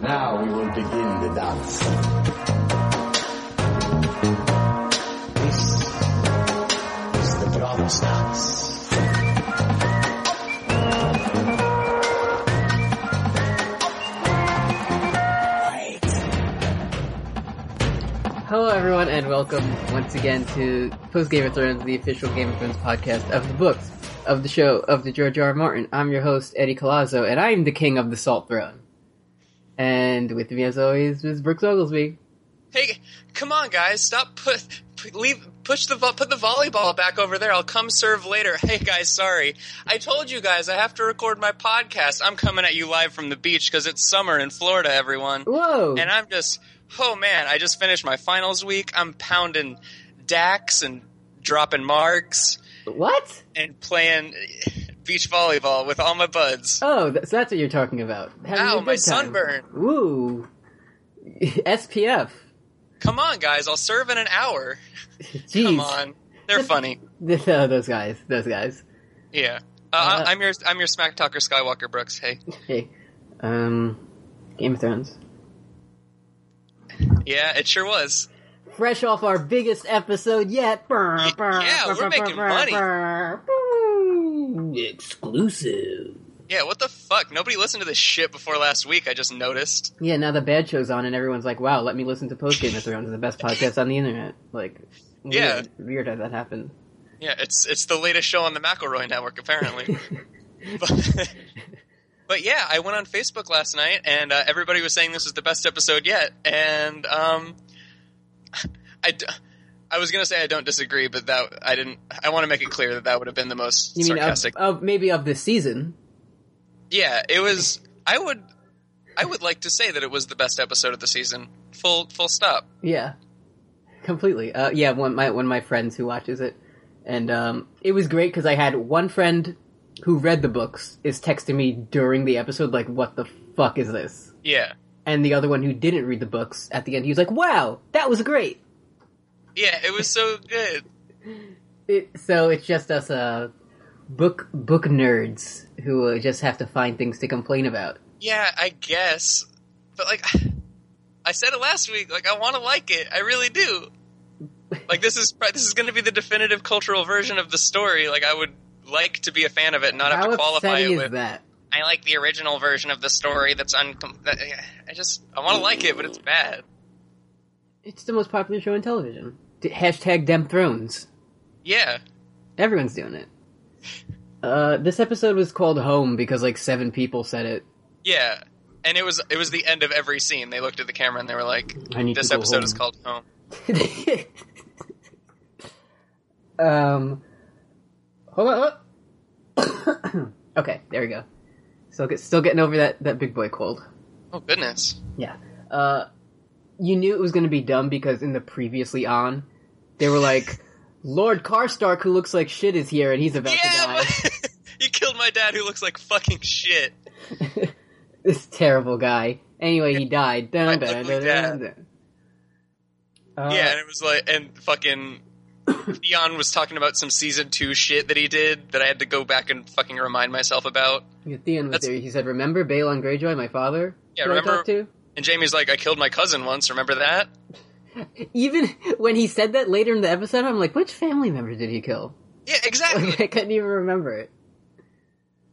now we will begin the dance. This is the promised dance. Hello, everyone, and welcome once again to Post Game of Thrones, the official Game of Thrones podcast of the books, of the show, of the George R. R. Martin. I'm your host, Eddie Colazzo, and I'm the king of the Salt Throne. And with me, as always, is Brooks Oglesby. Hey, come on, guys! Stop put p- leave push the vo- put the volleyball back over there. I'll come serve later. Hey, guys, sorry. I told you guys I have to record my podcast. I'm coming at you live from the beach because it's summer in Florida, everyone. Whoa! And I'm just, oh man! I just finished my finals week. I'm pounding Dax and dropping marks what? and playing beach volleyball with all my buds. Oh, th- so that's what you're talking about. Having a Ow, good my time. sunburn! Ooh. SPF. Come on, guys! I'll serve in an hour. Jeez. Come on, they're funny. Oh, those guys. Those guys. Yeah. Uh, Uh, I- I'm your I'm your smack talker Skywalker Brooks. Hey, Hey. Um, Game of Thrones. yeah, it sure was. fresh off our biggest episode yet. Yeah, we're making money. Exclusive. Yeah, what the fuck? Nobody listened to this shit before last week. I just noticed. Yeah, now the bad show's on, and everyone's like, "Wow, let me listen to Post Game of Thrones, the best podcast on the internet." Like, weird, Yeah. weird how that happened. Yeah, it's it's the latest show on the McElroy Network apparently. but, but yeah, I went on Facebook last night, and uh, everybody was saying this was the best episode yet. And um, I, d- I was gonna say I don't disagree, but that I didn't. I want to make it clear that that would have been the most You mean um, of, sarcastic. of maybe of this season? Yeah, it was. I would, I would like to say that it was the best episode of the season. Full, full stop. Yeah, completely. Uh, yeah, one my one of my friends who watches it, and um, it was great because I had one friend who read the books is texting me during the episode like, "What the fuck is this?" Yeah, and the other one who didn't read the books at the end, he was like, "Wow, that was great." yeah, it was so good. It, so it's just us uh, book book nerds who uh, just have to find things to complain about. Yeah, I guess, but like, I said it last week. Like, I want to like it. I really do. Like, this is pri- this is going to be the definitive cultural version of the story. Like, I would like to be a fan of it, and not have How to qualify upsetting it is with. that? I like the original version of the story. That's uncom. That, I just I want to like it, but it's bad. It's the most popular show on television. D- hashtag Dem Thrones. Yeah. Everyone's doing it. Uh, this episode was called Home because like seven people said it. Yeah, and it was it was the end of every scene. They looked at the camera and they were like, I need "This to go episode home. is called Home." um, hold on. oh. okay, there we go. Still, get, still getting over that, that big boy cold. Oh goodness! Yeah. Uh, you knew it was going to be dumb because in the previously on, they were like, Lord Karstark, who looks like shit, is here and he's about to Yeah, die. but- you killed my dad, who looks like fucking shit. this terrible guy. Anyway, he died. Dun, My dun, ugly dun, dun, dun. Uh, yeah, and it was like, and fucking Dion was talking about some season two shit that he did that I had to go back and fucking remind myself about. yeah, Theon was that's- there. He said, "Remember Balon Greyjoy, my father? Yeah, who I remember- talked to?" And Jamie's like, "I killed my cousin once. Remember that?" Even when he said that later in the episode, I'm like, which family member did he kill? Yeah, Like, exactly. I couldn't even remember it.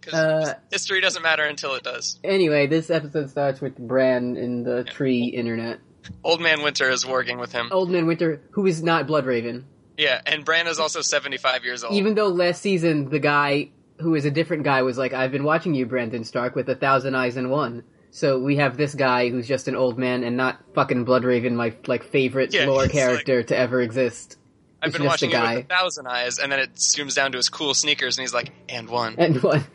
'Cause Uh, history doesn't matter until it does. anyway, this episode starts with Bran in the tree internet. Old Man Winter is working with him. Old Man Winter, who is not Bloodraven. Yeah, and Bran is also seventy-five years old. Even though last season the guy who is a different guy was like, I've been watching you, Brandon Stark, with a thousand eyes and one. So we have this guy who's just an old man and not fucking Bloodraven, my like favorite Yeah, lore he's like- character to ever exist. I've It's been just a watching it guy. with a thousand eyes, and then it zooms down to his cool sneakers, and he's like, and one. And one,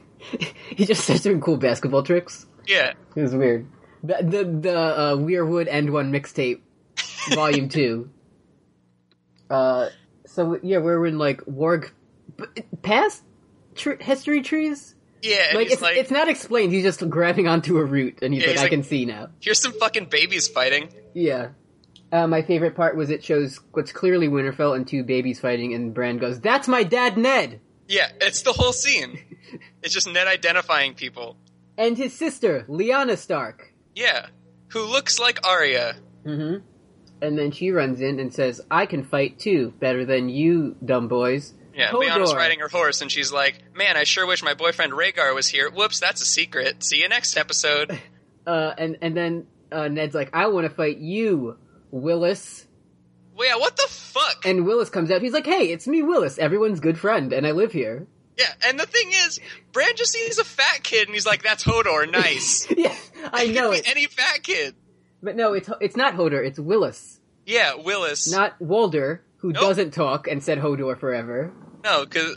he just starts doing cool basketball tricks. yeah. It was weird. The the, the uh, Weirwood End One mixtape, Volume Two. Uh, so yeah, we're in like Warg, b- past tr- history trees. Yeah, and Like he's it's, like, it's not explained. He's just grabbing onto a root, and he's Yeah, like, he's "I like- can see now." here's some fucking babies fighting. Yeah. Uh, my favorite part was it shows what's clearly Winterfell and two babies fighting, and Bran goes, "That's my dad, Ned, Yeah, it's the whole scene. it's just Ned identifying people. and his sister, Lyanna Stark." Yeah. who looks like Arya. hmm And then she runs in and says, "I can fight too, better than you, dumb boys." Yeah, Hodor. Leanna's riding her horse, and she's like, "Man, I sure wish my boyfriend Rhaegar was here." Whoops, that's a secret. See you next episode. Uh, and and then uh, Ned's like, "I want to fight you, Willis." well, yeah, what the fuck? And Willis comes out. He's like, "Hey, it's me, Willis. Everyone's good friend, and I live here." yeah, and the thing is, Bran just sees a fat kid, and he's like, "That's Hodor. Nice." yeah, I know Could it. be Any fat kid. But no, it's it's not Hodor. It's Willis, Yeah, Willis. not Walder, who Nope. doesn't talk and said Hodor forever. No, because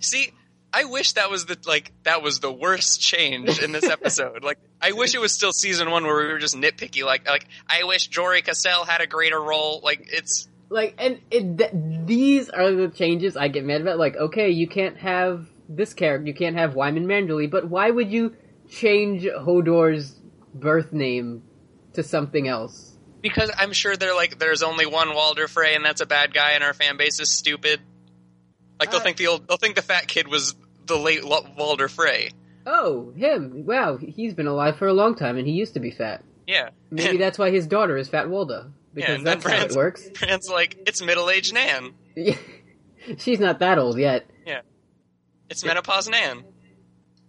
see, I wish that was the like that was the worst change in this episode. like, I wish it was still season one where we were just nitpicky. Like, like I wish Jory Cassell had a greater role. Like, it's Like, and it, th- these are the changes I get mad about. Like, okay, you can't have this character, you can't have Wyman Manderly, but why would you change Hodor's birth name to something else? because I'm sure they're like there's only one Walder Frey, and that's a bad guy, and our fan base is stupid. Like they'll I- think the old they'll think the fat kid was the late Lo- Walder Frey. Oh, him! Wow, he's been alive for a long time, and he used to be fat. Yeah, Maybe that's why his daughter is Fat Walda because and then that's how it Bran's- works. Bran's like it's middle aged Nan. She's not that old yet. It's menopause Nan.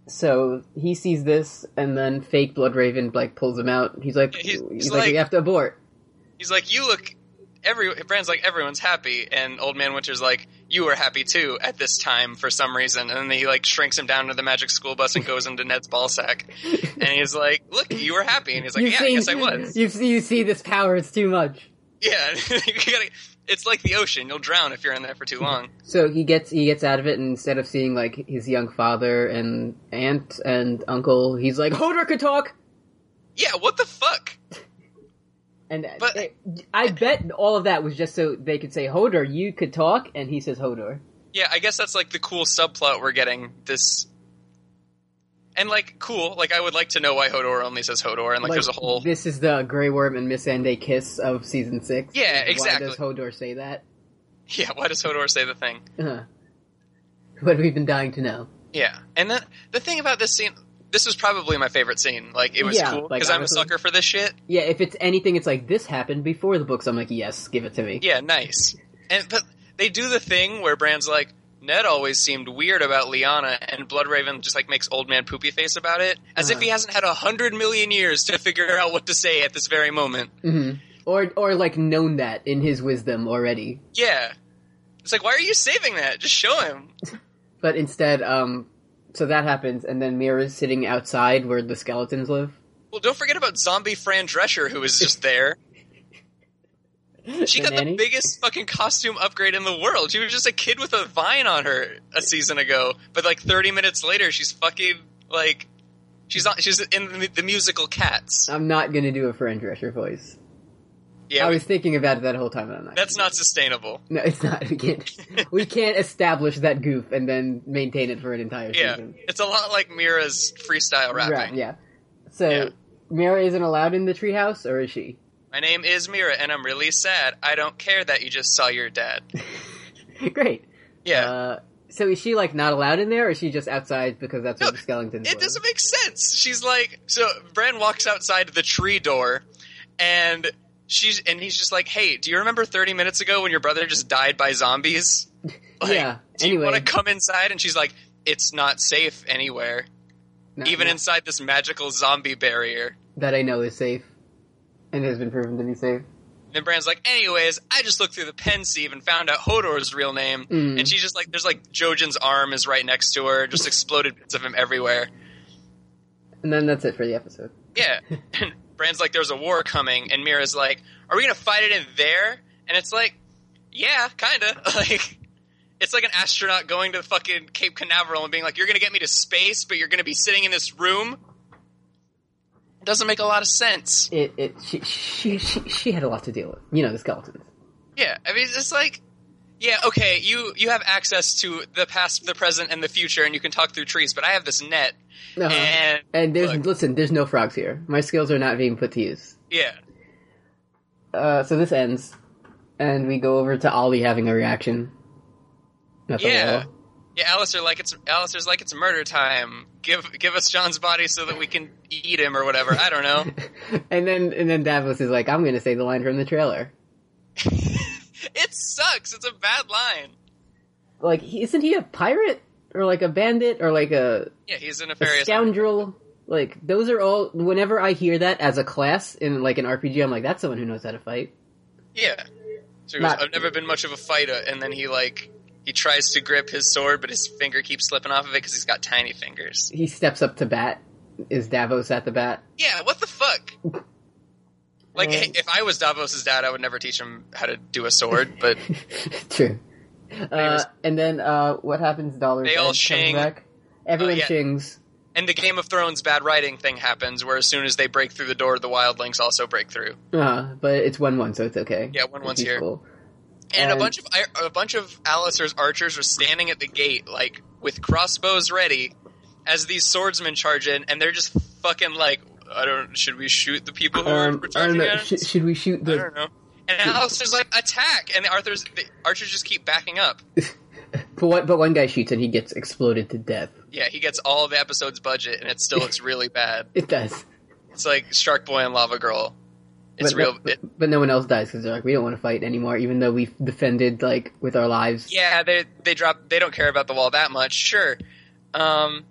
So he sees this, and then fake Blood Raven like pulls him out. He's like, Yeah, he's, he's- he's like, like- you have to abort. He's like, you look. Every Brand's like, everyone's happy, and Old Man Winter's like, you were happy too at this time for some reason. And then he like shrinks him down to the magic school bus and goes into Ned's ball sack. And he's like, look, you were happy. And he's like, You've yeah, I seen- guess I was. You've, you see this power; it's too much. Yeah, you gotta, it's like the ocean. You'll drown if you're in there for too long. So he gets he gets out of it, and instead of seeing like his young father and aunt and uncle, he's like Hodor could talk. Yeah, what the fuck? And But- I, I bet all of that was just so they could say Hodor, you could talk, and he says Hodor. Yeah, I guess that's like the cool subplot we're getting this. And like, cool. Like, I would like to know why Hodor only says Hodor, and like, there's a whole This is the Grey Worm and Miss Ende kiss of season six. Yeah, exactly. Why does Hodor say that? yeah. Why does Hodor say the thing? Uh-huh. What we've been dying to know. Yeah, and then the thing about this scene, this was probably my favorite scene. Like it was Yeah, cool like, because I'm a honestly. sucker for this shit. Yeah, if it's anything, it's like this happened before the books. I'm like, yes, give it to me. Yeah, nice. And but they do the thing where Brand's like, Ned always seemed weird about Liana, and Bloodraven just like makes old man poopy face about it, as if Uh-huh. he hasn't had a hundred million years to figure out what to say at this very moment. hmm Or or like known that in his wisdom already, Yeah, it's like, why are you saving that? Just show him. but instead, um, so that happens, and then Mira's sitting outside where the skeletons live. Well, don't forget about zombie Fran Drescher, who was just there. She The got nanny? the biggest fucking costume upgrade in the world. She was just a kid with a vine on her a season ago, but like 30 minutes later, she's fucking like she's not she's in the, the musical Cats. I'm not gonna do a Fran Drescher voice. Yeah, I was thinking about it that whole time. and I'm not. that's not sustainable. no, it's not. We can't. we can't establish that goof and then maintain it for an entire Yeah, season. it's a lot like Mira's freestyle rapping. Right, yeah. So Yeah. Mira isn't allowed in the treehouse, or is she? My name is Mira, and I'm really sad. I don't care that you just saw your dad. Great. Yeah, Uh, so is she like not allowed in there, or is she just outside because that's No, what the skeletons? It were? doesn't make sense. She's like, so Bran walks outside the tree door, and she's and he's just like, "Hey, do you remember 30 minutes ago when your brother just died by zombies?" Like, Yeah, Do you want anyway. to come inside? And she's like, "It's not safe anywhere, No, even no. inside this magical zombie barrier." that I know is safe and has been proven to be safe. And then Bran's like, "Anyways, I just looked through the pensieve and found out Hodor's real name." Mm. And she's just like, "There's like Jojen's arm is right next to her, just exploded bits of him everywhere." And then that's it for the episode. Yeah. And Brand's like, there's a war coming, and Mira's like, are we gonna fight it in there? And it's like, yeah, kinda. Like, it's like an astronaut going to fucking Cape Canaveral and being like, you're gonna get me to space, but you're gonna be sitting in this room. It doesn't make a lot of sense. It it she she she, she had a lot to deal with. You know the skeletons. Yeah, I mean, it's like, yeah, okay, you you have access to the past, the present, and the future, and you can talk through trees, but I have this net, Uh-huh. And, and there's look. listen, there's no frogs here. My skills are not being put to use. yeah, Uh, so this ends, and we go over to Ollie having a reaction. At the Yeah. wall. Yeah, Alistair like it's Alistair's like it's murder time. Give give us Sean's body so that we can eat him or whatever. I don't know. And then and then Davos is like, I'm gonna say the line from the trailer. it sucks. It's a bad line. Like, he- isn't he a pirate or like a bandit or like a, Yeah, he's a a nefarious scoundrel? Like those are all. Whenever I hear that as a class in like an RPG, I'm like, that's someone who knows how to fight. Yeah. So he Not- goes, I've never been much of a fighter, and then he like he tries to grip his sword, but his finger keeps slipping off of it because he's got tiny fingers. He steps up to bat. Is Davos at the bat? Yeah, what the fuck? Like, Yeah. hey, if I was Davos's dad, I would never teach him how to do a sword. But True. Uh, was- and then uh, what happens? Dollars. They all Edge comes shing. Back. Everyone Oh, yeah. shings. and the Game of Thrones bad writing thing happens, where as soon as they break through the door, the wildlings also break through, Uh, but it's one one, so it's okay. Yeah, 1-1's He's here. Cool. and, a And- bunch of a bunch of Alistair's archers are standing at the gate, like with crossbows ready, as these swordsmen charge in, and they're just fucking like, I don't. Should we shoot the people who Um, are I don't charging know. at us? Sh- should we shoot I the don't know. And Alistair's like, attack! And Arthur's the archers just keep backing up. But one, but one guy shoots and he gets exploded to death. Yeah, he gets all the episode's budget, and it still looks really bad. It does. It's like Shark Boy and Lava Girl. It's but real. No, it- but no one else dies because they're like, we don't want to fight anymore, even though we've defended like with our lives. yeah, they they drop. They don't care about the wall that much. Sure. Um.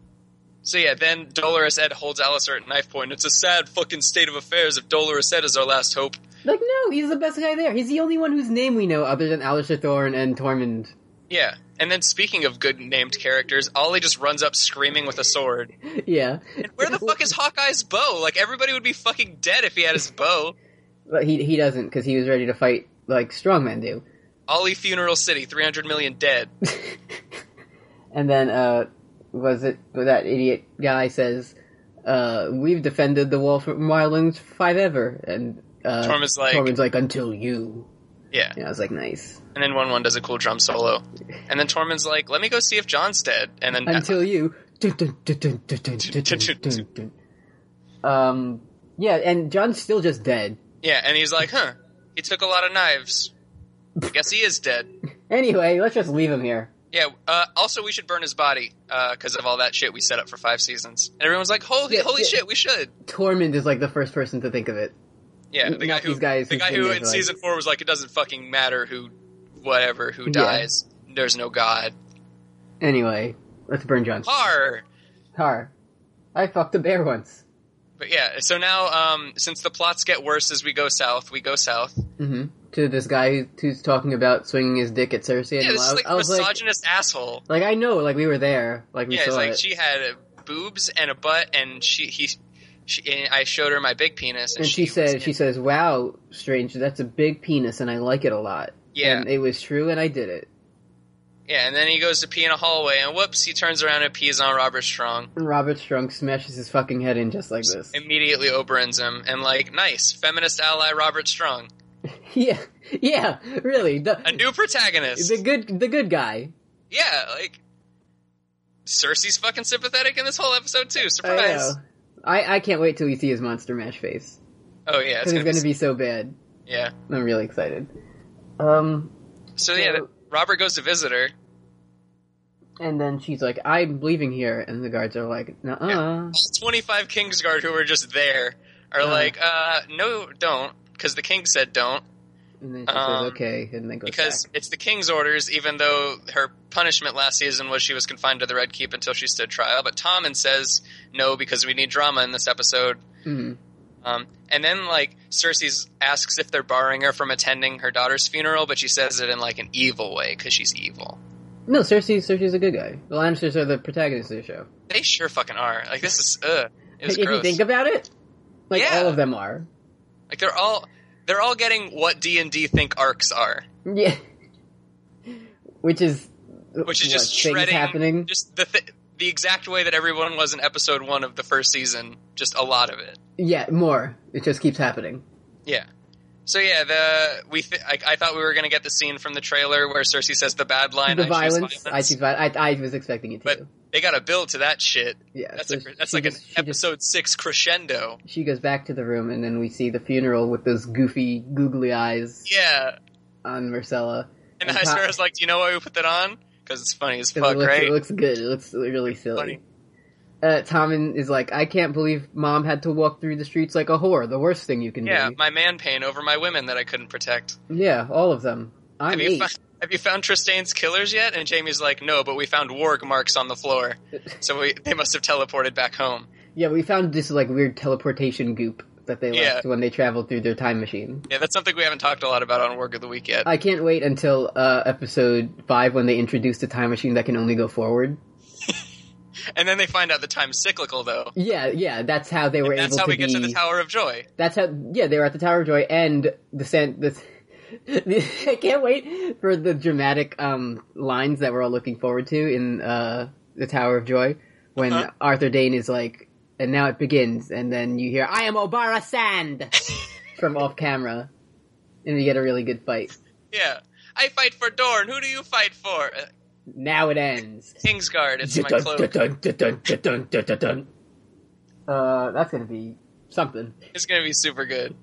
So yeah, then Dolores Ed holds Alistair at knife point. It's a sad fucking state of affairs if Dolores Ed is our last hope. Like, no, he's the best guy there. He's the only one whose name we know other than Alistair Thorne and Tormund. Yeah. And then speaking of good named characters, Ollie just runs up screaming with a sword. Yeah, Where the fuck is Hawkeye's bow? Like everybody would be fucking dead if he had his bow. But he he doesn't because he was ready to fight like strongmen do. Ollie Funeral City, 300 million dead. And then uh, was it that idiot guy says, uh, we've defended the wall from wildlings five ever, and uh, Tormund's like- Tormund's like until you. Yeah. And I was like, nice. And then 1 1 does a cool drum solo. And then Tormund's like, let me go see if John's dead. And then until you. Um. Yeah, and John's still just dead. Yeah, and he's like, huh, he took a lot of knives. Guess he is dead. Anyway, let's just leave him here. Yeah, uh, also, we should burn his body because of all that shit we set up for five seasons. And everyone's like, holy, Yeah, holy yeah. shit, we should. Tormund is like the first person to think of it. Yeah, the guy Not who, these guys the who've guy been who there in for, like- season four was like, it doesn't fucking matter who, whatever, who Yeah. dies. There's no God. Anyway, let's burn John. Har! Har. I fucked a bear once. But yeah, so now, um, since the plots get worse as we go south, we go south. hmm To this guy who- who's talking about swinging his dick at Cersei. and Yeah, this I, is was- like I a was like, misogynist asshole. like I know, like we were there, like we Yeah, saw it's like it. she had uh, boobs and a butt, and she he, she, and I showed her my big penis, and, and she was in- says, she says, "Wow, strange, that's a big penis, and I like it a lot." yeah, and it was true, and I did it. yeah, and then he goes to pee in a hallway, and whoops, he turns around and pees on Robert Strong. And Robert Strunk smashes his fucking head in just like this. Immediately Oberyn's him, and like, nice feminist ally Robert Strong, Yeah, yeah, really. The, a new protagonist. the good, the good guy. yeah, like Cersei's fucking sympathetic in this whole episode too. I know. Surprise! I, I can't wait till we see his monster mash face Oh yeah, because it's gonna, it's going to be, be so bad. yeah. I'm really excited. Um, So yeah, So- Robert goes to visit her. and then she's like, "I'm leaving here," and the guards are like, "Nuh-uh." all 25 Kingsguard who were just there are Uh. like, uh, no, don't, because the king said don't, And then she Um, says, "Okay," and then goes because back. it's the king's orders, even though her punishment last season was she was confined to the Red Keep until she stood trial. But Tommen says no, because we need drama in this episode. Mm. Um, and then, like, Cersei asks if they're barring her from attending her daughter's funeral, but she says it in, like, an evil way, because she's evil. No, Cersei. Cersei's a good guy. The Lannisters are the protagonists of the show. They sure fucking are. Like, this is, ugh. It was if gross. you think about it, like Yeah. all of them are. like, they're all, they're all getting what D&D think arcs are. Yeah. Which is which what, is just things shredding happening. just the th- the exact way that everyone was in episode one of the first season. Just a lot of it. Yeah, more. It just keeps happening. Yeah. So yeah, the we th- I, I thought we were gonna get the scene from the trailer where Cersei says the bad line. the I choose violence, I see. vi- I, I was expecting it But too. They got to build to that shit. Yeah, That's so a, she- that's she like an just- she just- episode six crescendo. She goes back to the room, and then we see the funeral with those goofy, googly eyes Yeah. on Marcella. And And I Tom- swear, I was like, "Do you know why we put that on? because it's funny as 'Cause fuck, it, looks, right? it looks good. It looks really silly. Funny. Uh, Tommen is like, I can't believe mom had to walk through the streets like a whore. The worst thing you can Yeah, do. my man pain over my women that I couldn't protect. Yeah, all of them. I'm Have eight. you, found, have you found Tristane's killers yet? And Jamie's like, no, but we found warg marks on the floor, so we, they must have teleported back home. yeah, we found this like weird teleportation goop that they Yeah. left when they traveled through their time machine. Yeah, that's something we haven't talked a lot about on Work of the Week yet. I can't wait until uh, episode five when they introduce the time machine that can only go forward. and then they find out the time's cyclical, though. Yeah, yeah, that's how they were That's able how to we get be. to the Tower of Joy. That's how. Yeah, they were at the Tower of Joy and the sand. The, I can't wait for the dramatic um, lines that we're all looking forward to in uh, the Tower of Joy when Uh-huh. Arthur Dane is like, and now it begins, and then you hear, "I am Obara Sand" from off camera, and you get a really good fight. Yeah. I fight for Dorne. Who do you fight for? Uh, Now it ends. Kingsguard. It's my cloak. Uh, that's gonna be something. It's going to be super good.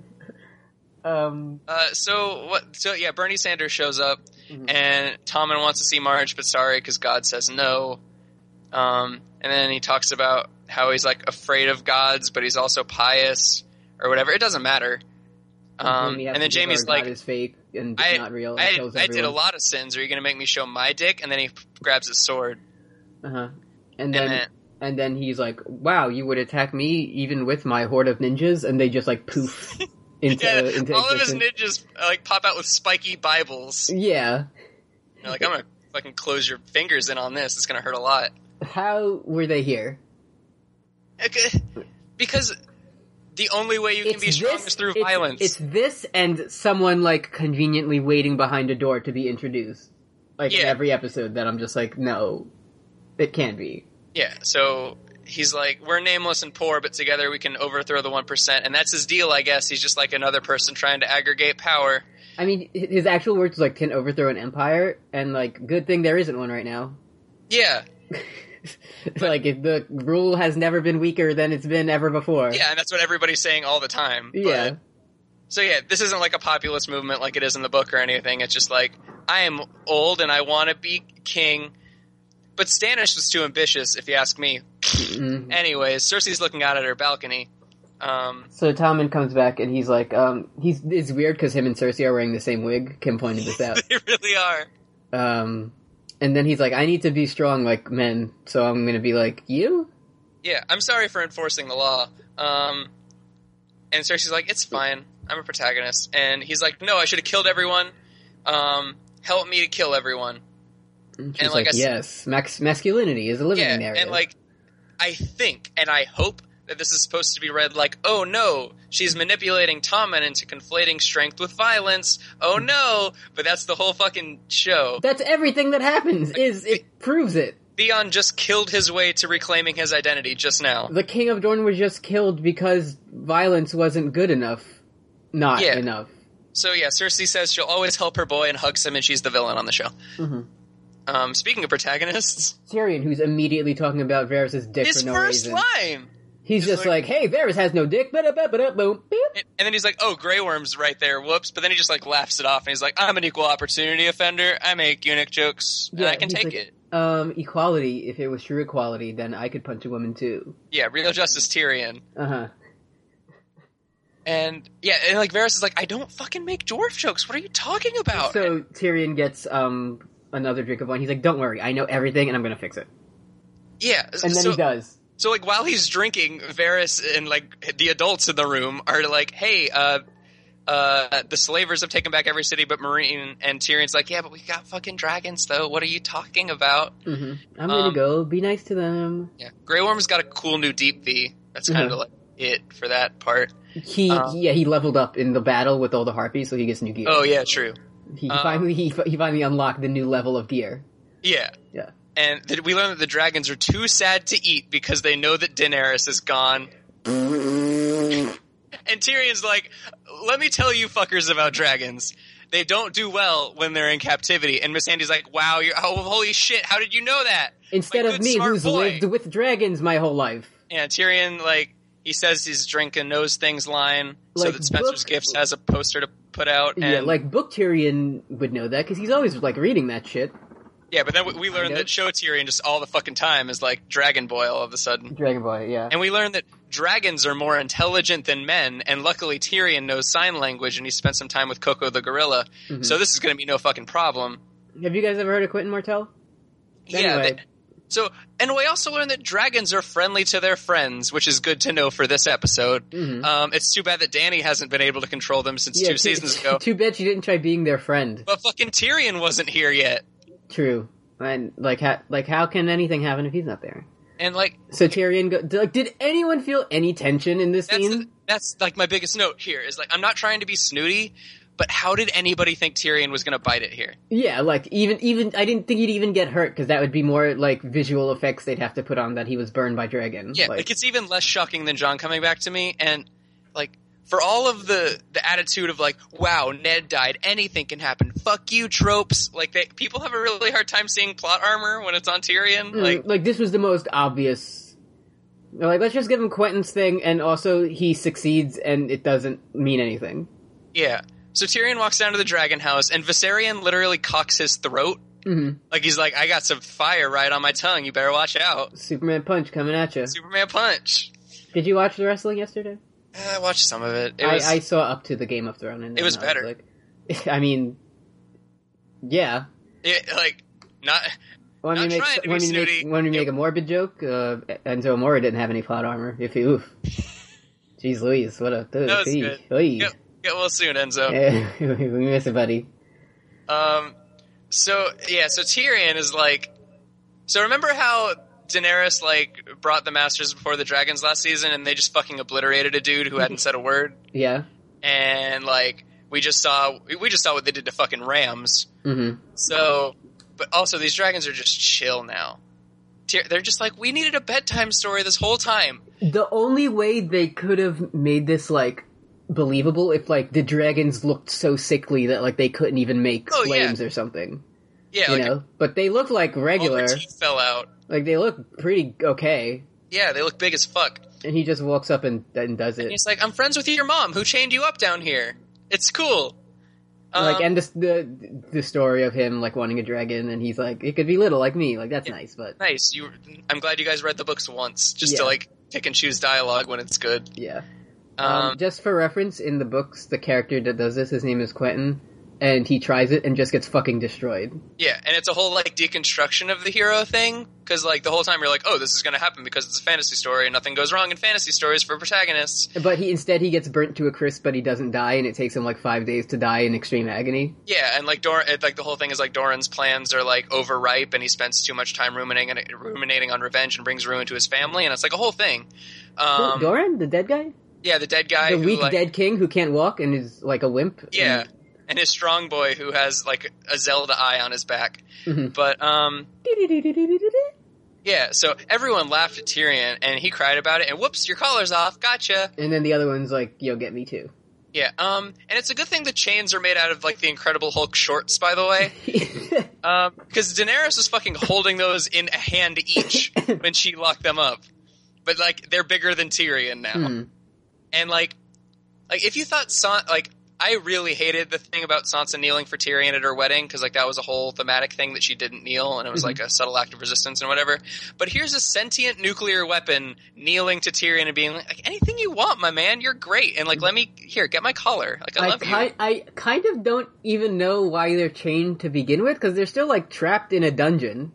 Um, Uh, so what? So yeah, Bernie Sanders shows up, Mhm. and Tommen wants to see Marge, but sorry, because God says no. Um, and then he talks about how he's like afraid of gods, but he's also pious or whatever. It doesn't matter. Um, we have and then to be Jamie's sure God like, is fake and I- not real. and I, kills I did a everyone." lot of sins. Are you going to make me show my dick? And then he grabs his sword. Uh-huh. And And then then- and then he's like, "Wow, you would attack me even with my horde of ninjas?" And they just like poof into Yeah, into all of his existence. ninjas uh, like pop out with spiky Bibles. Yeah. You're like, I'm going to fucking close your fingers in on this. It's going to hurt a lot. How were they here? Okay. Because the only way you can be strong is through it's- violence. It's this and someone like conveniently waiting behind a door to be introduced. Like in Yeah. every episode that I'm just like, "No, it can't be." yeah, so he's like, we're nameless and poor, but together we can overthrow the 1%. And that's his deal, I guess. He's just like another person trying to aggregate power. I mean, h- his actual words was like, "Can overthrow an empire," and like, good thing there isn't one right now. Yeah, like, if the rule has never been weaker than it's been ever before. yeah, and that's what everybody's saying all the time. but- Yeah. so yeah, this isn't like a populist movement like it is in the book or anything. It's just like, I am old and I want to be king. But Stannis was too ambitious, if you ask me. Mm. Anyways, Cersei's looking out at her balcony. Um, So Tommen comes back and he's like, um, he's it's weird because him and Cersei are wearing the same wig. Kim pointed this out. they really are. um, and then he's like, I need to be strong like men, so I'm gonna be like you. Yeah, I'm sorry for enforcing the law. Um, and Cersei's like, it's fine. I'm a protagonist. And he's like, no, I should have killed everyone. Um, help me to kill everyone. And she's And like, like I s- yes, max masculinity is a living yeah, narrative. and like, I think and I hope that this is supposed to be read like, oh no, she's manipulating Tommen into conflating strength with violence. Oh no, but that's the whole fucking show. that's everything that happens. Is it proves it. Theon just killed his way to reclaiming his identity just now. The King of Dorne was just killed because violence wasn't good enough, not Yeah. enough. So yeah, Cersei says she'll always help her boy and hugs him, and she's the villain on the show. Mhm. Um, speaking of protagonists, Tyrion, who's immediately talking about Varys' dick his for no first reason, line, he's is just like, like- "Hey, Varys has no dick." Ba-da-ba-ba-da, boom, beep. and and then he's like, "Oh, Grey Worm's right there." Whoops! But then he just like laughs it off, and he's like, "I'm an equal opportunity offender. I make eunuch jokes, and Yeah, I can he's take like- it." Um, equality. If it was true equality, then I could punch a woman too. Yeah, real justice Tyrion, Uh huh. and yeah, and like Varys is like, "I don't fucking make dwarf jokes. What are you talking about?" So Tyrion gets um another drink of wine. He's like, "Don't worry, I know everything, and I'm gonna fix it." yeah, And then so, he does. so like while he's drinking, Varys and like the adults in the room are like, "Hey, uh." Uh, the slavers have taken back every city but Marine, and Tyrion's like, "Yeah, but we got fucking dragons, though. What are you talking about?" hmm I'm gonna Um, go be nice to them. Yeah, Grey Worm's got a cool new deep V. That's kind Mhm. of like it for that part. He, uh, yeah, he leveled up in the battle with all the harpies, so he gets new gear. Oh yeah, true. he um, finally he, he finally unlocked the new level of gear. Yeah, Yeah. and th- we learned that the dragons are too sad to eat because they know that Daenerys is gone. and Tyrion's like, "Let me tell you, fuckers, about dragons." They don't do well when they're in captivity. And Miss Andy's like, wow, you're, oh, holy shit, how did you know that? Instead My of good, me, smart who's boy. lived with dragons my whole life. Yeah, Tyrion, like, he says he's drinking knows things line so Like, that Spencer's book- Gifts has a poster to put out. And yeah, like Book Tyrion would know that because he's always like reading that shit. Yeah, but then we- we learned Yep. that Shotirian just all the fucking time is like Dragon Boy all of a sudden. Dragon Boy, yeah. And we learned that dragons are more intelligent than men, and luckily Tyrion knows sign language and he spent some time with Coco the gorilla, Mhm. so this is going to be no fucking problem. Have you guys ever heard of Quentin Martell? Yeah. Anyway. they- so, and we also learned that dragons are friendly to their friends, which is good to know for this episode. Mhm. Um, it's too bad that Danny hasn't been able to control them since Yeah, two seasons ago. Too bad you didn't try being their friend. But fucking Tyrion wasn't here yet. True. And like, ha- like, how can anything happen if he's not there? And like So Tyrion, go- d- like, did anyone feel any tension in this that's scene? the- that's like my biggest note here is like I'm not trying to be snooty, but how did anybody think Tyrion was going to bite it here? Yeah, like even even I didn't think he'd even get hurt because that would be more like visual effects they'd have to put on that he was burned by dragon. Yeah, like, it's even less shocking than John coming back to me and like for all of the the attitude of like wow, Ned died, anything can happen. Fuck you tropes. Like they people have a really hard time seeing plot armor when it's on Tyrion. Mm, Like like this was the most obvious. Like let's just give him Quentin's thing, and also he succeeds, and it doesn't mean anything. yeah. So Tyrion walks down to the dragon house and Viserion literally cocks his throat. hmm Like he's like I got some fire right on my tongue. You better watch out. Superman punch coming at you. Superman punch. Did you watch the wrestling yesterday? Eh, I watched some of it. It I, was I saw up to the Game of Thrones, and It was then I better. like, I mean, yeah. it, like not When Not you make trying to be when you make snooty. when you make It- a morbid joke, uh, Enzo Amore didn't have any plot armor. If you oof, jeez Louise, what a dude. That was Hey, good. hey. get, get well soon, Enzo. Eh, we miss it, buddy. Um, so yeah, so Tyrion is like, so remember how Daenerys like brought the Masters before the Dragons last season, and they just fucking obliterated a dude who hadn't said a word, Yeah. and like we just saw we just saw what they did to fucking Rams. hmm So, but also these dragons are just chill now. Tyr- They're just like we needed a bedtime story this whole time. The only way they could have made this like believable if like the dragons looked so sickly that like they couldn't even make Oh, yeah. flames or something. Yeah, you like know, but they look like all regular. their teeth fell out. Like they look pretty okay. Yeah, they look big as fuck. And he just walks up and, and does it. And he's like, I'm friends with your mom who chained you up down here. It's cool. like Um, and this, the the story of him like wanting a dragon and he's like it could be little like me like that's nice but nice. You, I'm glad you guys read the books once, just to Yeah. like pick and choose dialogue when it's good. yeah um, Um, just for reference in the books the character that does this his name is Quentin and he tries it and just gets fucking destroyed yeah, and it's a whole like deconstruction of the hero thing because like the whole time you're like, oh, this is gonna happen because it's a fantasy story and nothing goes wrong in fantasy stories for protagonists. but he instead he gets burnt to a crisp but he doesn't die and it takes him like 5 days to die in extreme agony Yeah, and like Dor, it, like the whole thing is like Doran's plans are like overripe and he spends too much time ruminating and ruminating on revenge and brings ruin to his family and it's like a whole thing. Um, Doran the dead guy yeah, the dead guy, the who, weak like, dead king who can't walk and is like a wimp Yeah. And his strong boy who has like a Zelda eye on his back. Mhm. But um And- yeah, so everyone laughed at Tyrion and he cried about it and whoops, your collar's off, gotcha. and then the other one's like yo get me too Yeah, um and it's a good thing the chains are made out of like the Incredible Hulk shorts, by the way. Hmm. Um because Daenerys was fucking holding those in a hand each when she locked them up. But like they're bigger than Tyrion now. Hmm. And like, like if you thought San, like I really hated the thing about Sansa kneeling for Tyrion at her wedding because like that was a whole thematic thing that she didn't kneel and it was like a subtle act of resistance and whatever. But here's a sentient nuclear weapon kneeling to Tyrion and being like, anything you want, my man, you're great, and like let me here get my collar, like I, I, love you. ki- I kind of don't even know why they're chained to begin with because they're still like trapped in a dungeon,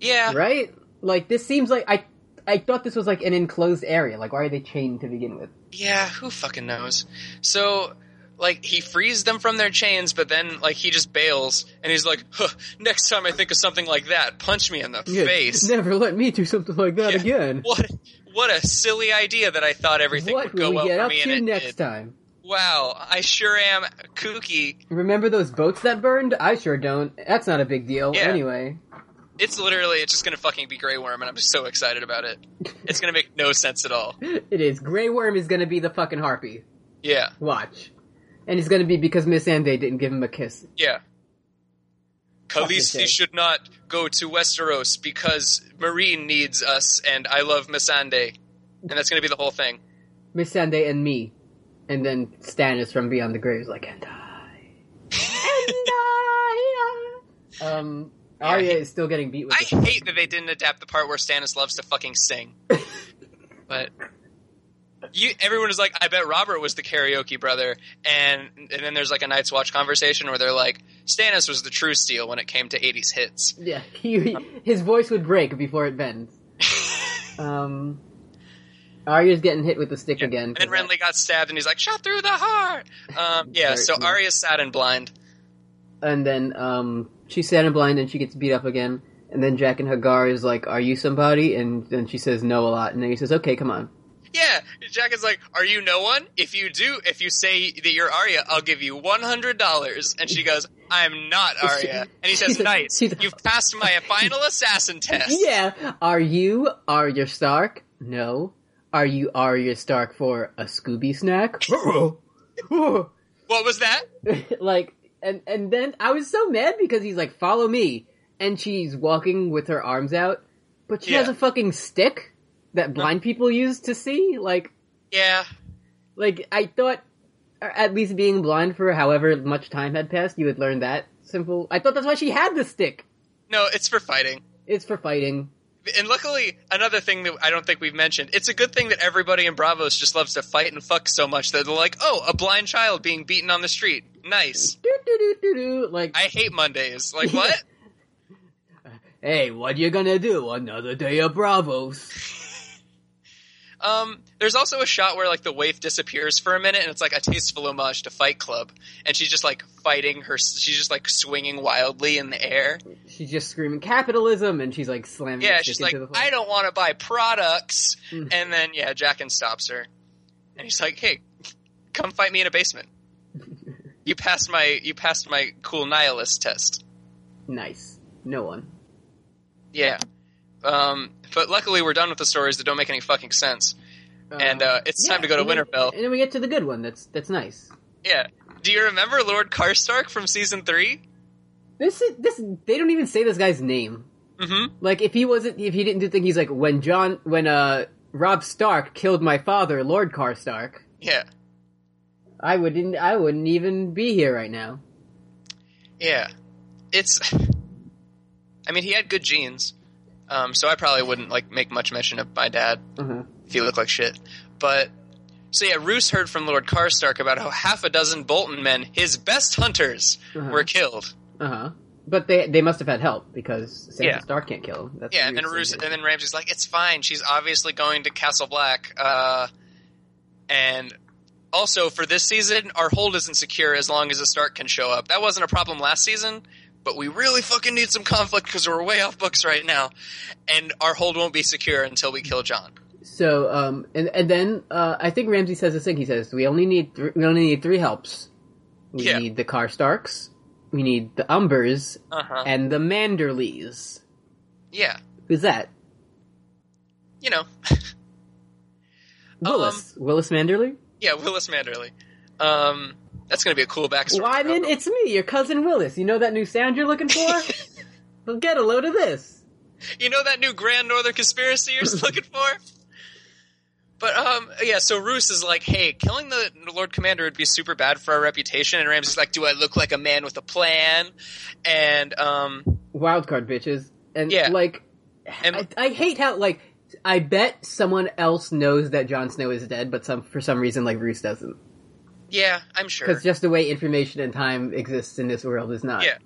Yeah, right? Like this seems like I I thought this was like an enclosed area. Like why are they chained to begin with? yeah, who fucking knows? So. Like he frees them from their chains, but then like he just bails, and he's like, huh, "Next time I think of something like that, punch me in the face." Never let me do something like that Yeah. again. What what a silly idea that I thought everything What would go will well we get for up me and to it next did. time? Wow, I sure am kooky. Remember those boats that burned? I sure don't. That's not a big deal Yeah. anyway. It's literally it's just gonna fucking be Grey Worm, and I'm just so excited about it. It's gonna make no sense at all. It is. Grey Worm is gonna be the fucking harpy. Yeah, Watch. And it's gonna be because Miss Anday didn't give him a kiss. yeah. Fucking Khaleesi should not go to Westeros because Marine needs us, and I love Missandei, and that's gonna be the whole thing. Miss Sunday and me. And then Stannis from Beyond the Grave is like, and I. And I. um, Arya is still getting beat with. I the- hate that they didn't adapt the part where Stannis loves to fucking sing. but you, everyone is like, I bet Robert was the karaoke brother, and and then there's like a Night's Watch conversation where they're like, Stannis was the true steal when it came to '80s hits. yeah, he, he- his voice would break before it bends. um, Arya's getting hit with the stick again. And then Renly got stabbed, and he's like, shot through the heart. Um, yeah, Very so cool. Arya's sad and blind. and then um, she's sad and blind, and she gets beat up again. And then Jack and Hagar is like, "Are you somebody?" And then she says no a lot, and then he says, "Okay, come on." Yeah, Jack is like, "Are you no one? If you do, if you say that you're Arya, I'll give you one hundred dollars." And she goes, "I'm not Arya." And he says, She's a- "Nice, she's a- you've passed my final assassin test." Yeah. Are you Arya Stark? No. Are you Arya Stark for a Scooby snack? What was that? like and and then I was so mad because he's like, "Follow me," and she's walking with her arms out, but she has Yeah. a fucking stick that blind people use to see. Like, Yeah, like I thought, or at least being blind for however much time had passed, you would learn that simple. I thought that's why she had the stick. no, it's for fighting. It's for fighting. And luckily, another thing that I don't think we've mentioned, it's a good thing that everybody in Bravos just loves to fight and fuck so much that they're like, "Oh, a blind child being beaten on the street, nice." Do do do do do. Like, I hate Mondays. Like what? hey, what you gonna do? Another day of Bravos. Um, there's also a shot where like the waif disappears for a minute, and it's like a tasteful homage to Fight Club, and she's just like fighting her. She's just like swinging wildly in the air. She's just screaming capitalism, and she's like slamming. Yeah, her she's stick like, into the floor. I don't want to buy products, Mm. and then yeah, Jackin stops her, and he's like, Hey, come fight me in a basement. you passed my you passed my cool nihilist test. Nice. No one. Yeah. Um, but luckily, we're done with the stories that don't make any fucking sense, and uh, it's time to go to and then- Winterfell. and then we get to the good one. That's that's nice. yeah. Do you remember Lord Karstark from season three? This is this. They don't even say this guy's name. hmm Like if he wasn't, if he didn't do the thing, he's like when John, when uh Rob Stark killed my father, Lord Car Stark. Yeah, I wouldn't. I wouldn't even be here right now. yeah. It's. I mean, he had good genes, um, so I probably wouldn't like make much mention of my dad Uh-huh. if he looked like shit. But so yeah, Roos heard from Lord Karstark about how half a dozen Bolton men, his best hunters, Uh-huh. were killed. Uh huh. But they they must have had help because Sansa Yeah. Stark can't kill him. That's Yeah, what and you're then Roos, saying. and then Ramsey's like, "It's fine. She's obviously going to Castle Black." Uh, and also for this season, our hold isn't secure as long as a Stark can show up. That wasn't a problem last season, but we really fucking need some conflict because we're way off books right now, and our hold won't be secure until we kill John. So um and and then uh I think Ramsey says this thing. He says we only need thr we only need three helps. We Yeah. need the Car Starks. We need the Umbers Uh huh. and the Manderleys. Yeah, Who's that? you know, Um, Willis. Willis Manderley? yeah, Willis Manderly. Um, that's gonna be a cool backstory. Why then? It's me, your cousin Willis. You know that new sound you're looking for? well, get a load of this. you know that new Grand Northern conspiracy you're looking for? But um, yeah. So Roos is like, "Hey, killing the Lord Commander would be super bad for our reputation." And Ramsey's like, "Do I look like a man with a plan?" And um, Wildcard bitches. And Yeah. like, And- I, I hate how like I bet someone else knows that Jon Snow is dead, but some for some reason like Roose doesn't. yeah, I'm sure. Because just the way information and time exists in this world is not Yeah.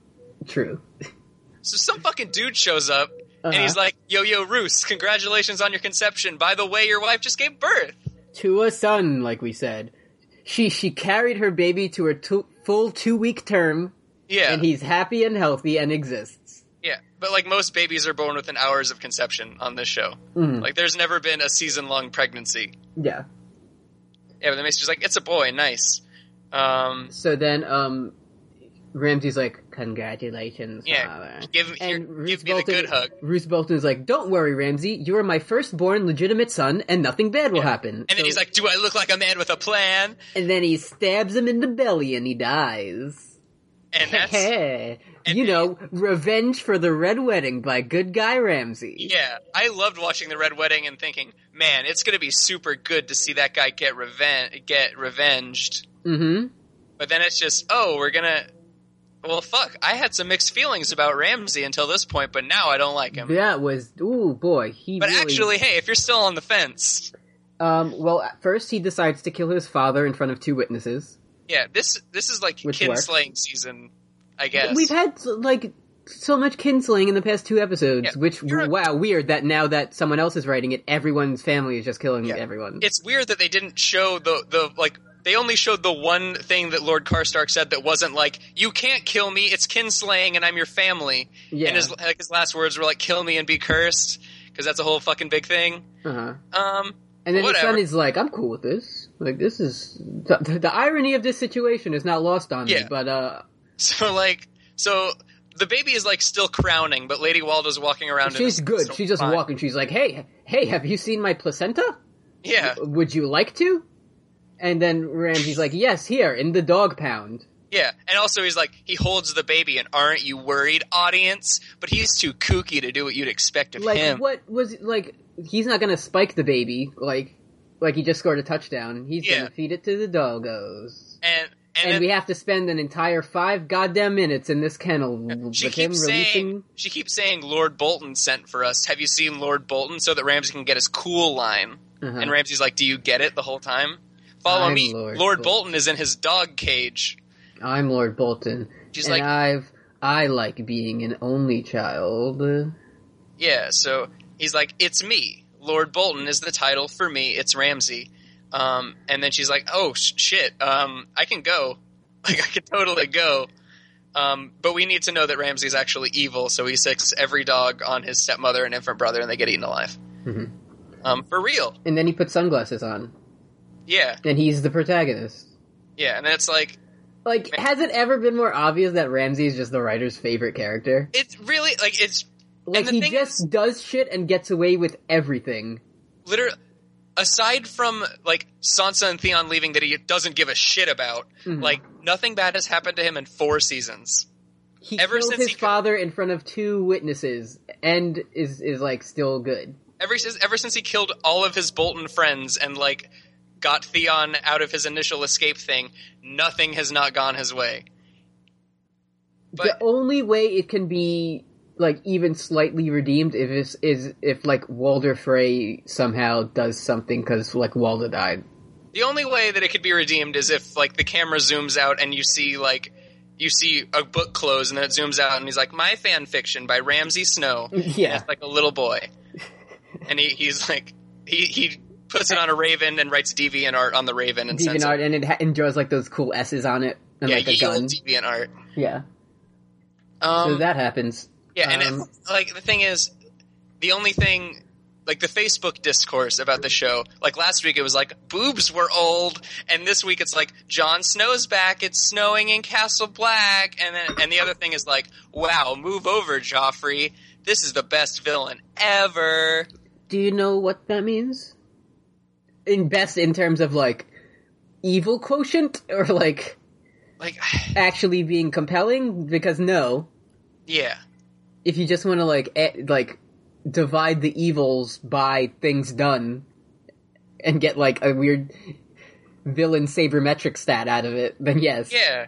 true. So some fucking dude shows up and Uh-huh. he's like, "Yo, yo, Roos, congratulations on your conception. By the way, your wife just gave birth." To a son, like we said, she she carried her baby to her two, full two week term, Yeah, and he's happy and healthy and exists. yeah. But like most babies are born within hours of conception on this show. Mm, Like there's never been a season long pregnancy. yeah. Yeah, but the Macy's like, it's a boy, nice. Um, So then, um, Ramsey's like, "Congratulations, Yeah. father." give here, give me the good hug. Roose Bolton's like, "Don't worry, Ramsey. You are my firstborn legitimate son, and nothing bad will happen." And then he's like, "Do I look like a man with a plan?" and then he stabs him in the belly, and he dies. And that's Hey, and you then- know, revenge for the red wedding by good guy Ramsey. yeah. I loved watching the Red Wedding and thinking, "Man, it's gonna be super good to see that guy get reven- get revenged." Mm-hmm. But then it's just, "Oh, we're gonna Well, fuck. I had some mixed feelings about Ramsey until this point, but now I don't like him. That was ooh boy. He But really- actually, hey, if you're still on the fence, um, well, at first he decides to kill his father in front of two witnesses. yeah, this this is like Which kin works. slaying season, I guess. We've had like so much kinsling in the past two episodes, Yeah, which you're a- wow, weird that now that someone else is writing it, everyone's family is just killing Yeah. everyone. it's weird that they didn't show the the like they only showed the one thing that Lord Karstark said that wasn't like you can't kill me. It's kin slaying, and I'm your family. yeah, And his like his last words were like "kill me and be cursed" because that's a whole fucking big thing. uh-huh. Um, and then his son whatever. is like, "I'm cool with this. Like this is the, the irony of this situation is not lost on me." Yeah. But uh, so like so the baby is like still crowning, but Lady Waldo's walking around. in she's this- good. so she's just fine. walking. She's like, "Hey, hey, have you seen my placenta? Yeah, Would you like to?" And then Ramsey's like, "Yes, here in the dog pound." yeah, and also he's like he holds the baby, and aren't you worried, audience? But he's too kooky to do what you'd expect of like him. what was like he's not gonna spike the baby like like he just scored a touchdown he's Yeah. gonna feed it to the doggos And and, and, then we have to spend an entire five goddamn minutes in this kennel She with him keeps releasing saying she keeps saying Lord Bolton sent for us. Have you seen Lord Bolton? So that Ramsey can get his cool line. Uh-huh. And Ramsey's like, "Do you get it the whole time? Follow I'm me." Lord Lord, Bolton. Bolton. is in his dog cage. i'm lord bolton She's and like- i've i like being an only child Yeah. So he's like, "It's me. Lord Bolton is the title for me. It's Ramsey." Um, and then she's like, "Oh sh- shit. Um, I can go. Like I can totally go." Um, but we need to know that Ramsey's actually evil, so he sicks every dog on his stepmother and infant brother, and they get eaten alive. Mhm. Um, for real. and then he puts sunglasses on Yeah, and he's the protagonist yeah, and it's like like Man. has it ever been more obvious that ramsey is just the writer's favorite character it's really like it's like the he thing just does shit and gets away with everything literally aside from like Sansa and Theon leaving that he doesn't give a shit about. Mhm. Like nothing bad has happened to him in four seasons. he Ever kills since his he co- father in front of two witnesses and is is like still good. Ever since ever since he killed all of his Bolton friends and like got Theon out of his initial escape thing, nothing has not gone his way. the But only way it can be like even slightly redeemed if is, is if like Walder Frey somehow does something because like Walder died. the only way that it could be redeemed is if like the camera zooms out and you see like you see a book close and then it zooms out and he's like my fan fiction by Ramsey Snow. Yeah, It's like a little boy. And he, he's like, he, he puts it on a raven and writes deviant art on the raven and sends DeviantArt, and it ha- and draws like those cool S's on it it. and like yeah, a ye gun. old deviant art. yeah, Um, so that happens. yeah, and um, it, like the thing is, the only thing, like the Facebook discourse about the show, like last week it was like boobs were old, and this week it's like Jon Snow's back. It's snowing in Castle Black, and then and the other thing is like, wow, move over, Joffrey. This is the best villain ever. Do you know what that means? In best in terms of like evil quotient or like Like, actually being compelling because no, yeah. if you just want to like eh, like divide the evils by things done and get like a weird villain sabermetric stat out of it, then yes. Yeah.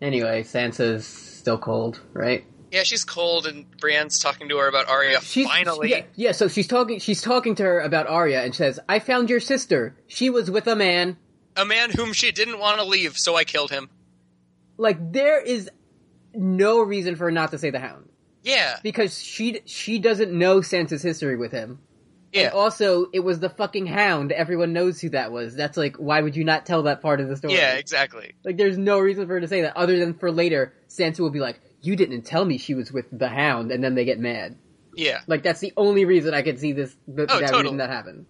Anyway, Sansa's still cold, right? Yeah, she's cold, and Brienne's talking to her about Arya. She's, Finally, yeah, yeah. So she's talking. She's talking to her about Arya, and says, "I found your sister. She was with a man. a man whom she didn't want to leave, so I killed him. Like there is no reason for her not to say the Hound Yeah, because she she doesn't know Sansa's history with him. yeah, Also, it was the fucking hound. Everyone knows who that was. That's like, why would you not tell that part of the story? yeah. Exactly. Like, there's no reason for her to say that other than for later, Sansa will be like, you didn't tell me she was with the hound, and then they get mad. Yeah, Like, that's the only reason I could see this, th- Oh, that totally. reason that happened.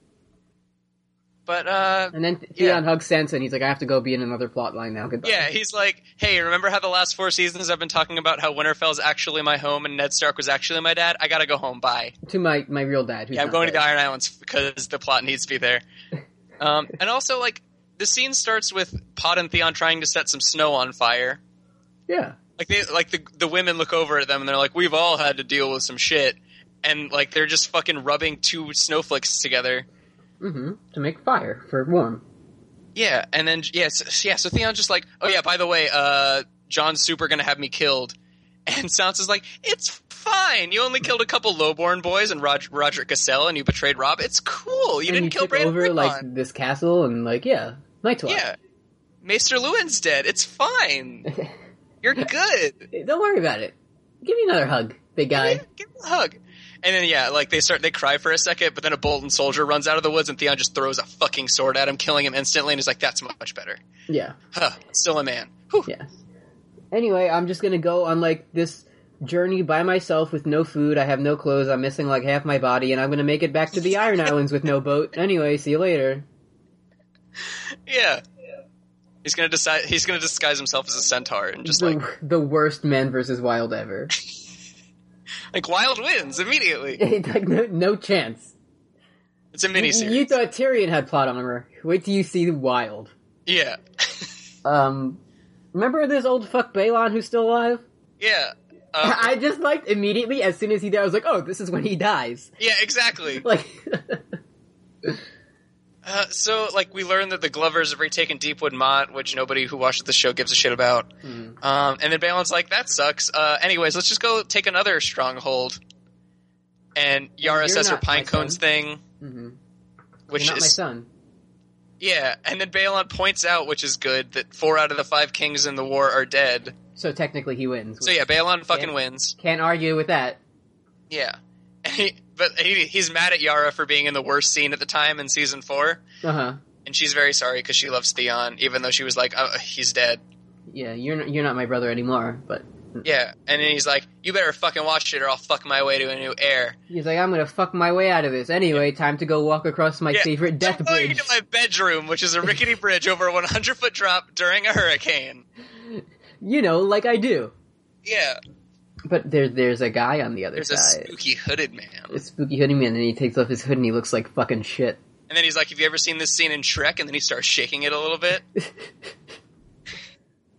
but uh, And then Theon Yeah. hugs Sansa and he's like, I have to go be in another plot line now. Goodbye. yeah, he's like, "Hey, remember how the last four seasons I've been talking about how Winterfell's actually my home and Ned Stark was actually my dad? I gotta go home. Bye. To my, my real dad. Who's Yeah, I'm not going to dead. the Iron Islands because the plot needs to be there. Um, and also, like, the scene starts with Pod and Theon trying to set some snow on fire. Yeah. like they like the the women look over at them and they're like, "We've all had to deal with some shit," and like they're just fucking rubbing two snowflakes together. hmm To make fire for warm. Yeah, and then yes, yeah, so Theon's just like, "Oh yeah, by the way, uh, John's super gonna have me killed. And Sansa's like, it's fine. You only killed a couple lowborn boys and Roger, Roger Cassell, and you betrayed Rob. It's cool. You and didn't you kill took Brandon over Rickon. like this castle and like yeah, Nightwatch. yeah, Maester Lewin's dead. It's fine. You're good. Hey, Don't worry about it. Give me another hug, big guy. Give him a hug. And then yeah, like they start they cry for a second, but then a Bolton soldier runs out of the woods and Theon just throws a fucking sword at him, killing him instantly, and he's like, That's much better. yeah, Huh, still a man. Whew. yeah. Anyway, I'm just gonna go on like this journey by myself with no food. I have no clothes. I'm missing like half my body, and I'm gonna make it back to the Iron Islands with no boat. Anyway, see you later. Yeah. He's gonna decide he's gonna disguise himself as a centaur and just like the, the worst man versus wild ever. like wild wins immediately. like no, no chance. It's a You, miniseries. you thought Tyrion had plot armor. Wait till you see Wild. yeah. Um, remember this old fuck Balon who's still alive? Yeah. Uh, I just liked immediately as soon as he died. I was like, oh, this is when he dies. yeah, exactly. Like, Uh, so, like, we learned that the Glovers have retaken Deepwood Mott, which nobody who watches the show gives a shit about. Mm-hmm. Um, and then Balin's like, that sucks. Uh, anyways, let's just go take another stronghold. And Yara You're says her not my pinecones son. thing, Mhm. which you're not my is son. yeah. And then Balon points out, which is good, that four out of the five kings in the war are dead. So technically, he wins. So yeah, Balon fucking Yeah. wins. can't argue with that. Yeah, And he, but he, he's mad at Yara for being in the worst scene at the time in season four, Uh huh. and she's very sorry because she loves Theon, even though she was like, uh, he's dead. Yeah, you're not, you're not my brother anymore. But Yeah, and then he's like, "You better fucking watch it, or I'll fuck my way to a new heir." he's like, I'm gonna fuck my way out of this. Anyway, time to go walk across my Yeah. favorite death I'm going bridge. to my bedroom, which is a rickety bridge over a 100 foot drop during a hurricane. You know, like I do. Yeah, But there, there's a guy on the other there's a side. spooky hooded man, a spooky hoodie man, and he takes off his hood and he looks like fucking shit. and then he's like, "Have you ever seen this scene in Shrek?" And then he starts shaking it a little bit.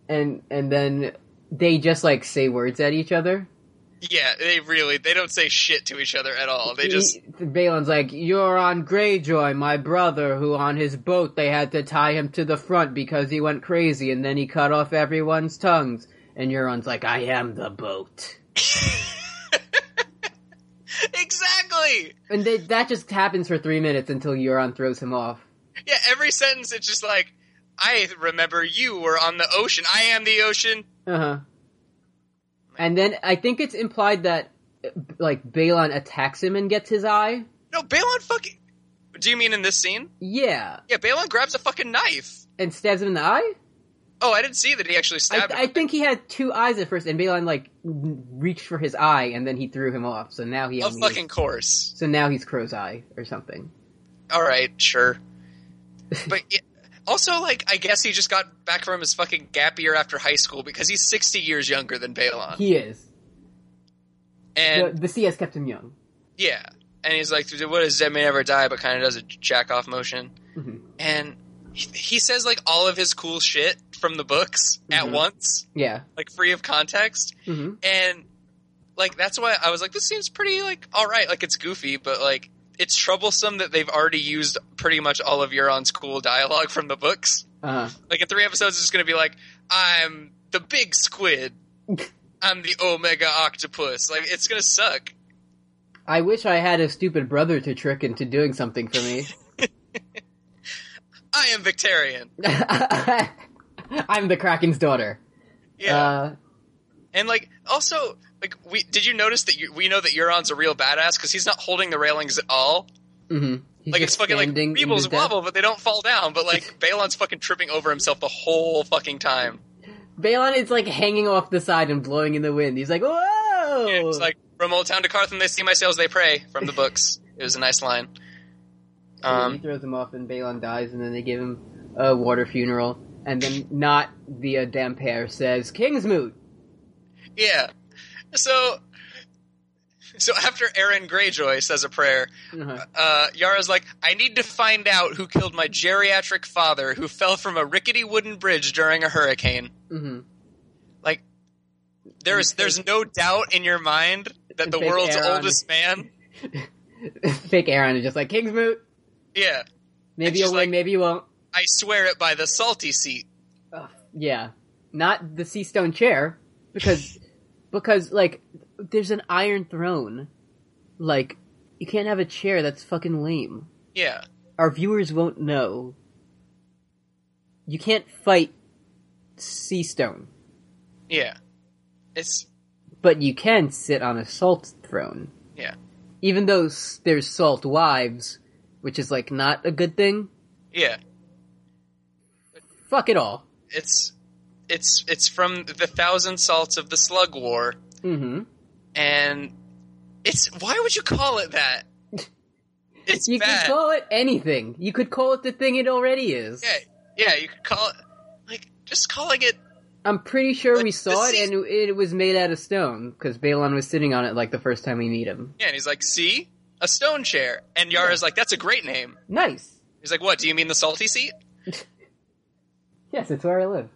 And and then they just like say words at each other. yeah, they really they don't say shit to each other at all. They just He- Balin's like, "You're on Greyjoy, my brother, who on his boat they had to tie him to the front because he went crazy, and then he cut off everyone's tongues." And Euron's like, "I am the boat," exactly. and they, that just happens for three minutes until Euron throws him off. Yeah, every sentence it's just like, "I remember you were on the ocean. I am the ocean." Uh huh. And then I think it's implied that uh, like Balon attacks him and gets his eye. No, Balon fucking. Do you mean in this scene? Yeah, Yeah, Balon grabs a fucking knife. and stabs him in the eye. Oh, I didn't see that he actually I, stabbed I him. think he had two eyes at first, and Balon like reached for his eye, and then he threw him off. So now he Of only has- fucking course. So now he's Crow's Eye or something. All right, sure. But yeah, also, like, I guess he just got back from his fucking gap year after high school because he's sixty years younger than Balon, He is. and The, the sea has kept him young. yeah. yeah, and he's like, "What does Zed may never die?" But kind of does a jack off motion, Mhm. and he, he says like all of his cool shit from the books at Mhm. once, Yeah. like free of context, hmm and like that's why I was like, this seems pretty like all right, like it's goofy, but like it's troublesome that they've already used pretty much all of Euron's cool dialogue from the books. Uh, Like in three episodes, it's going to be like, I'm the big squid, I'm the omega octopus. Like it's going to suck. I wish I had a stupid brother to trick into doing something for me. I am Victorian. I'm the Kraken's daughter. Yeah, Uh, and like also like we did you notice that you, we know that Euron's a real badass because he's not holding the railings at all. hmm Like it's fucking like Rebels wobble, but they don't fall down. But like Balon's fucking tripping over himself the whole fucking time. Balon is like hanging off the side and blowing in the wind. He's like, whoa! Yeah, it's like from old town to Carthon, they see my sails, they pray. From the books, it was a nice line. he Um, throws him off, and Balon dies, and then they give him a water funeral. And then not the uh, Dampier says, King's mood. yeah. So, so after Aaron Greyjoy says a prayer, Uh-huh. uh, Yara's like, "I need to find out who killed my geriatric father, who fell from a rickety wooden bridge during a hurricane." hmm Like, there's there's no doubt in your mind that the Big world's Aaron. oldest man. fake Aaron is just like King's moot. Yeah, Maybe she's you'll win, like- maybe you won't. I swear it by the salty seat. Ugh, yeah, not the sea stone chair because because like there's an iron throne. Like you can't have a chair that's fucking lame. Yeah. Our viewers won't know. You can't fight sea stone, Yeah. It's but you can sit on a salt throne. yeah. Even though s- there's salt wives, which is like not a good thing. Yeah. Fuck it all. It's it's it's from the Thousand Salts of the Slug War hmm and it's why would you call it that? It's You bad. can call it anything. You could call it the thing it already is. yeah, yeah, you could call it like just calling it I'm pretty sure But we saw this it, and it was made out of stone because Balon was sitting on it like the first time we meet him. Yeah, and he's like, see? A stone chair. And Yara's like, that's a great name. Nice. He's like, what, do you mean the salty seat? Yes, it's where I live.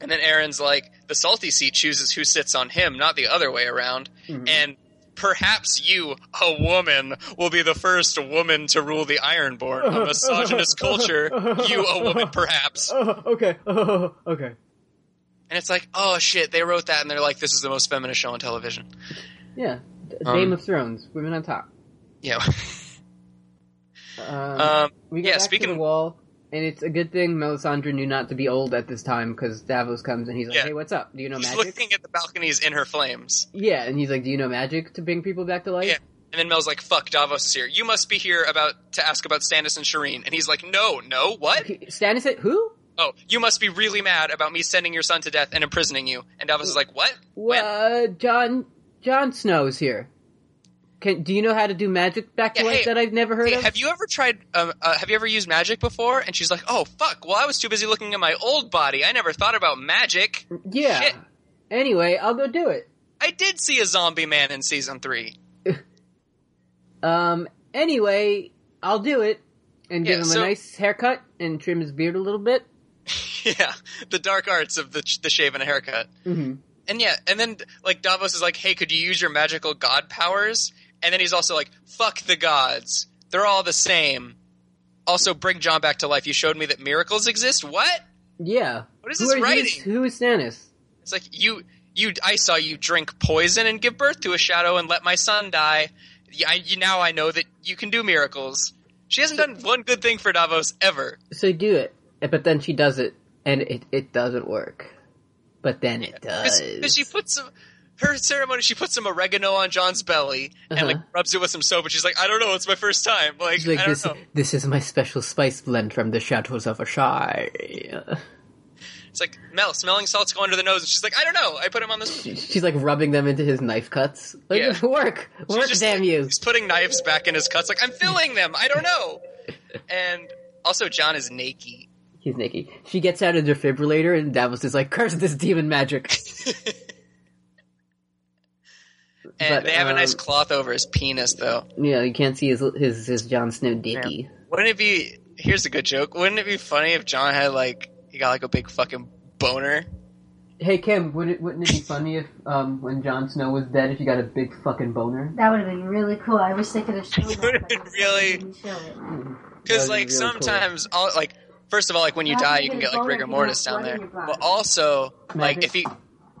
And then Aaron's like, the salty seat chooses who sits on him, not the other way around. And perhaps you, a woman, will be the first woman to rule the Ironborn. A misogynist culture, you, a woman, perhaps. Oh, okay. Oh, okay. And it's like, oh shit, they wrote that and they're like, this is the most feminist show on television. Yeah. D- Um, Game of Thrones, women on top. Yeah. Um, um, we get yeah, back speaking to of- the wall, and it's a good thing Melisandre knew not to be old at this time because Davos comes and he's like, Yeah. "Hey, what's up? Do you know he's magic?" looking at the balconies in her flames. Yeah, and he's like, "Do you know magic to bring people back to life?" Yeah. And then Mel's like, fuck, Davos is here. You must be here about to ask about Stannis and Shireen. And he's like, no, no, what? He- Stannis said, "Who? Oh, you must be really mad about me sending your son to death and imprisoning you. And Davos is like, what? When? Well, uh, John John Snow's here. Can do you know how to do magic back to Yeah, life hey, that I've never heard Hey, of? have you ever tried, um, uh, have you ever used magic before? And she's like, oh, fuck, well, I was too busy looking at my old body. I never thought about magic. yeah. shit. Anyway, I'll go do it. I did see a zombie man in season three. Um. Anyway, I'll do it and give Yeah, him so- a nice haircut and trim his beard a little bit. yeah, the dark arts of the, the shave and a haircut. Mhm. And yeah, and then like Davos is like, "Hey, could you use your magical god powers?" And then he's also like, "Fuck the gods. They're all the same." Also, bring John back to life. You showed me that miracles exist. What? Yeah. What is who this are- who is- writing? Who is Stannis? It's like you you I saw you drink poison and give birth to a shadow and let my son die. Yeah, I, you, now I know that you can do miracles. She hasn't done one good thing for Davos ever. So you do it, eh, but then she does it, and it it doesn't work. But then it does. Because she puts some her ceremony, she puts some oregano on John's belly and like Uh-huh. rubs it with some soap. And she's like, I don't know, it's my first time. Like, She's like, I don't this, know. this is my special spice blend from the chateaus of Ashai. It's like Mel smelling salts go under the nose, and she's like, I don't know. I put him on this. She's like rubbing them into his knife cuts. Like, Yeah. work, work, She's just damn like- you. He's putting knives back in his cuts. Like I'm filling them. I don't know. And also, John is naked. He's Nikki. She gets out a defibrillator, and Davos is like, "Curse this demon magic." And But, they have a nice um, cloth over his penis, though. you know, you can't see his his his Jon Snow dicky. Wouldn't it be? Here's a good joke. Wouldn't it be funny if John had like he got like a big fucking boner? Hey Kim, would it wouldn't it be funny if um when Jon Snow was dead, if you got a big fucking boner? That would have been really cool. I wish they could have shown that. Would've but been they really- didn't show it. Because That'd be like really cool. sometimes, all, like first of all, like when you Why die, would you can you get like bone if rigor you mortis have down blood there. in your But body? also, like Magic. if he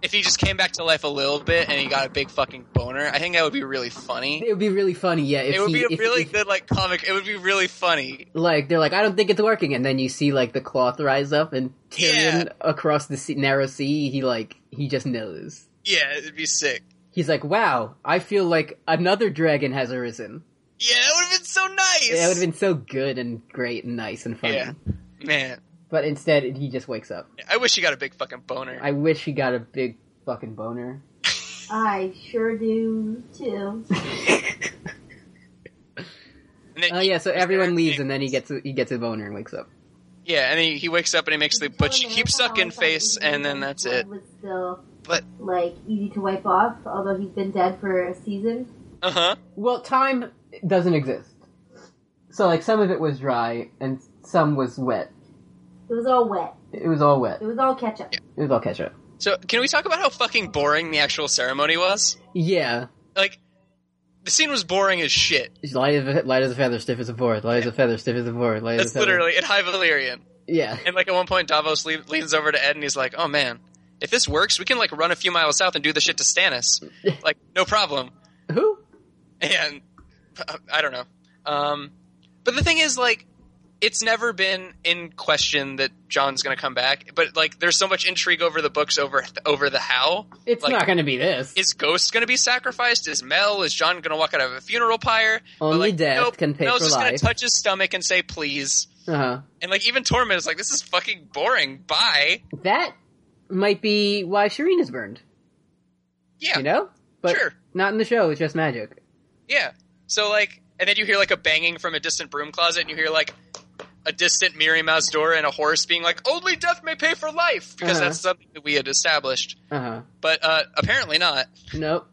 if he just came back to life a little bit and he got a big fucking boner, I think that would be really funny. It would be really funny, yeah. If It would he, be a if- really if- good like comic. It would be really funny. like they're like, I don't think it's working, and then you see like the cloth rise up, and Tyrion Yeah. across the sea, narrow sea, he like he just knows. Yeah, it'd be sick. He's like, "Wow, I feel like another dragon has arisen." Yeah, that would have been so nice. That would have been so good and great and nice and funny. Yeah. man. But instead, he just wakes up. I wish he got a big fucking boner. I wish he got a big fucking boner. I sure do too. And then Oh yeah, so everyone leaves and then he gets a, he gets a boner and wakes up. yeah, and he, he wakes up and he makes the but she Totally keeps wipe sucking off, face, like, and then that's it. Was still But like easy to wipe off, although he's been dead for a season. uh huh. Well, time doesn't exist. So like some of it was dry and some was wet. It was all wet. It was all wet. It was all ketchup. It was all ketchup. So can we talk about how fucking boring the actual ceremony was? Yeah, Like the scene was boring as shit. It's light as a, light as a feather, stiff as a board. Light as a feather, stiff as a board. Light That's as a feather. literally in High Valyrian. yeah. And like at one point, Davos le- leans over to Ed and he's like, "Oh man, if this works, we can like run a few miles south and do the shit to Stannis. like, no problem. Who? And uh, I don't know. Um, but the thing is, like, it's never been in question that John's going to come back. But like, there's so much intrigue over the books over over the how. It's Like- not going to be this. Is Ghost going to be sacrificed? Is Mel? Is John going to walk out of a funeral pyre? But, Only like, death nope, can pay Mel's for just going life. to touch his stomach and say please. Uh-huh. And like, even Tormund is like, this is fucking boring. Bye. That might be why Shireen is burned. Yeah. You know, but Sure. not in the show. It's just magic. Yeah. So like, and then you hear like a banging from a distant broom closet, and you hear like a distant Miri Mouse door and a horse being like, "Only death may pay for life," because Uh-huh. that's something that we had established. Uh huh. But uh, apparently not. No,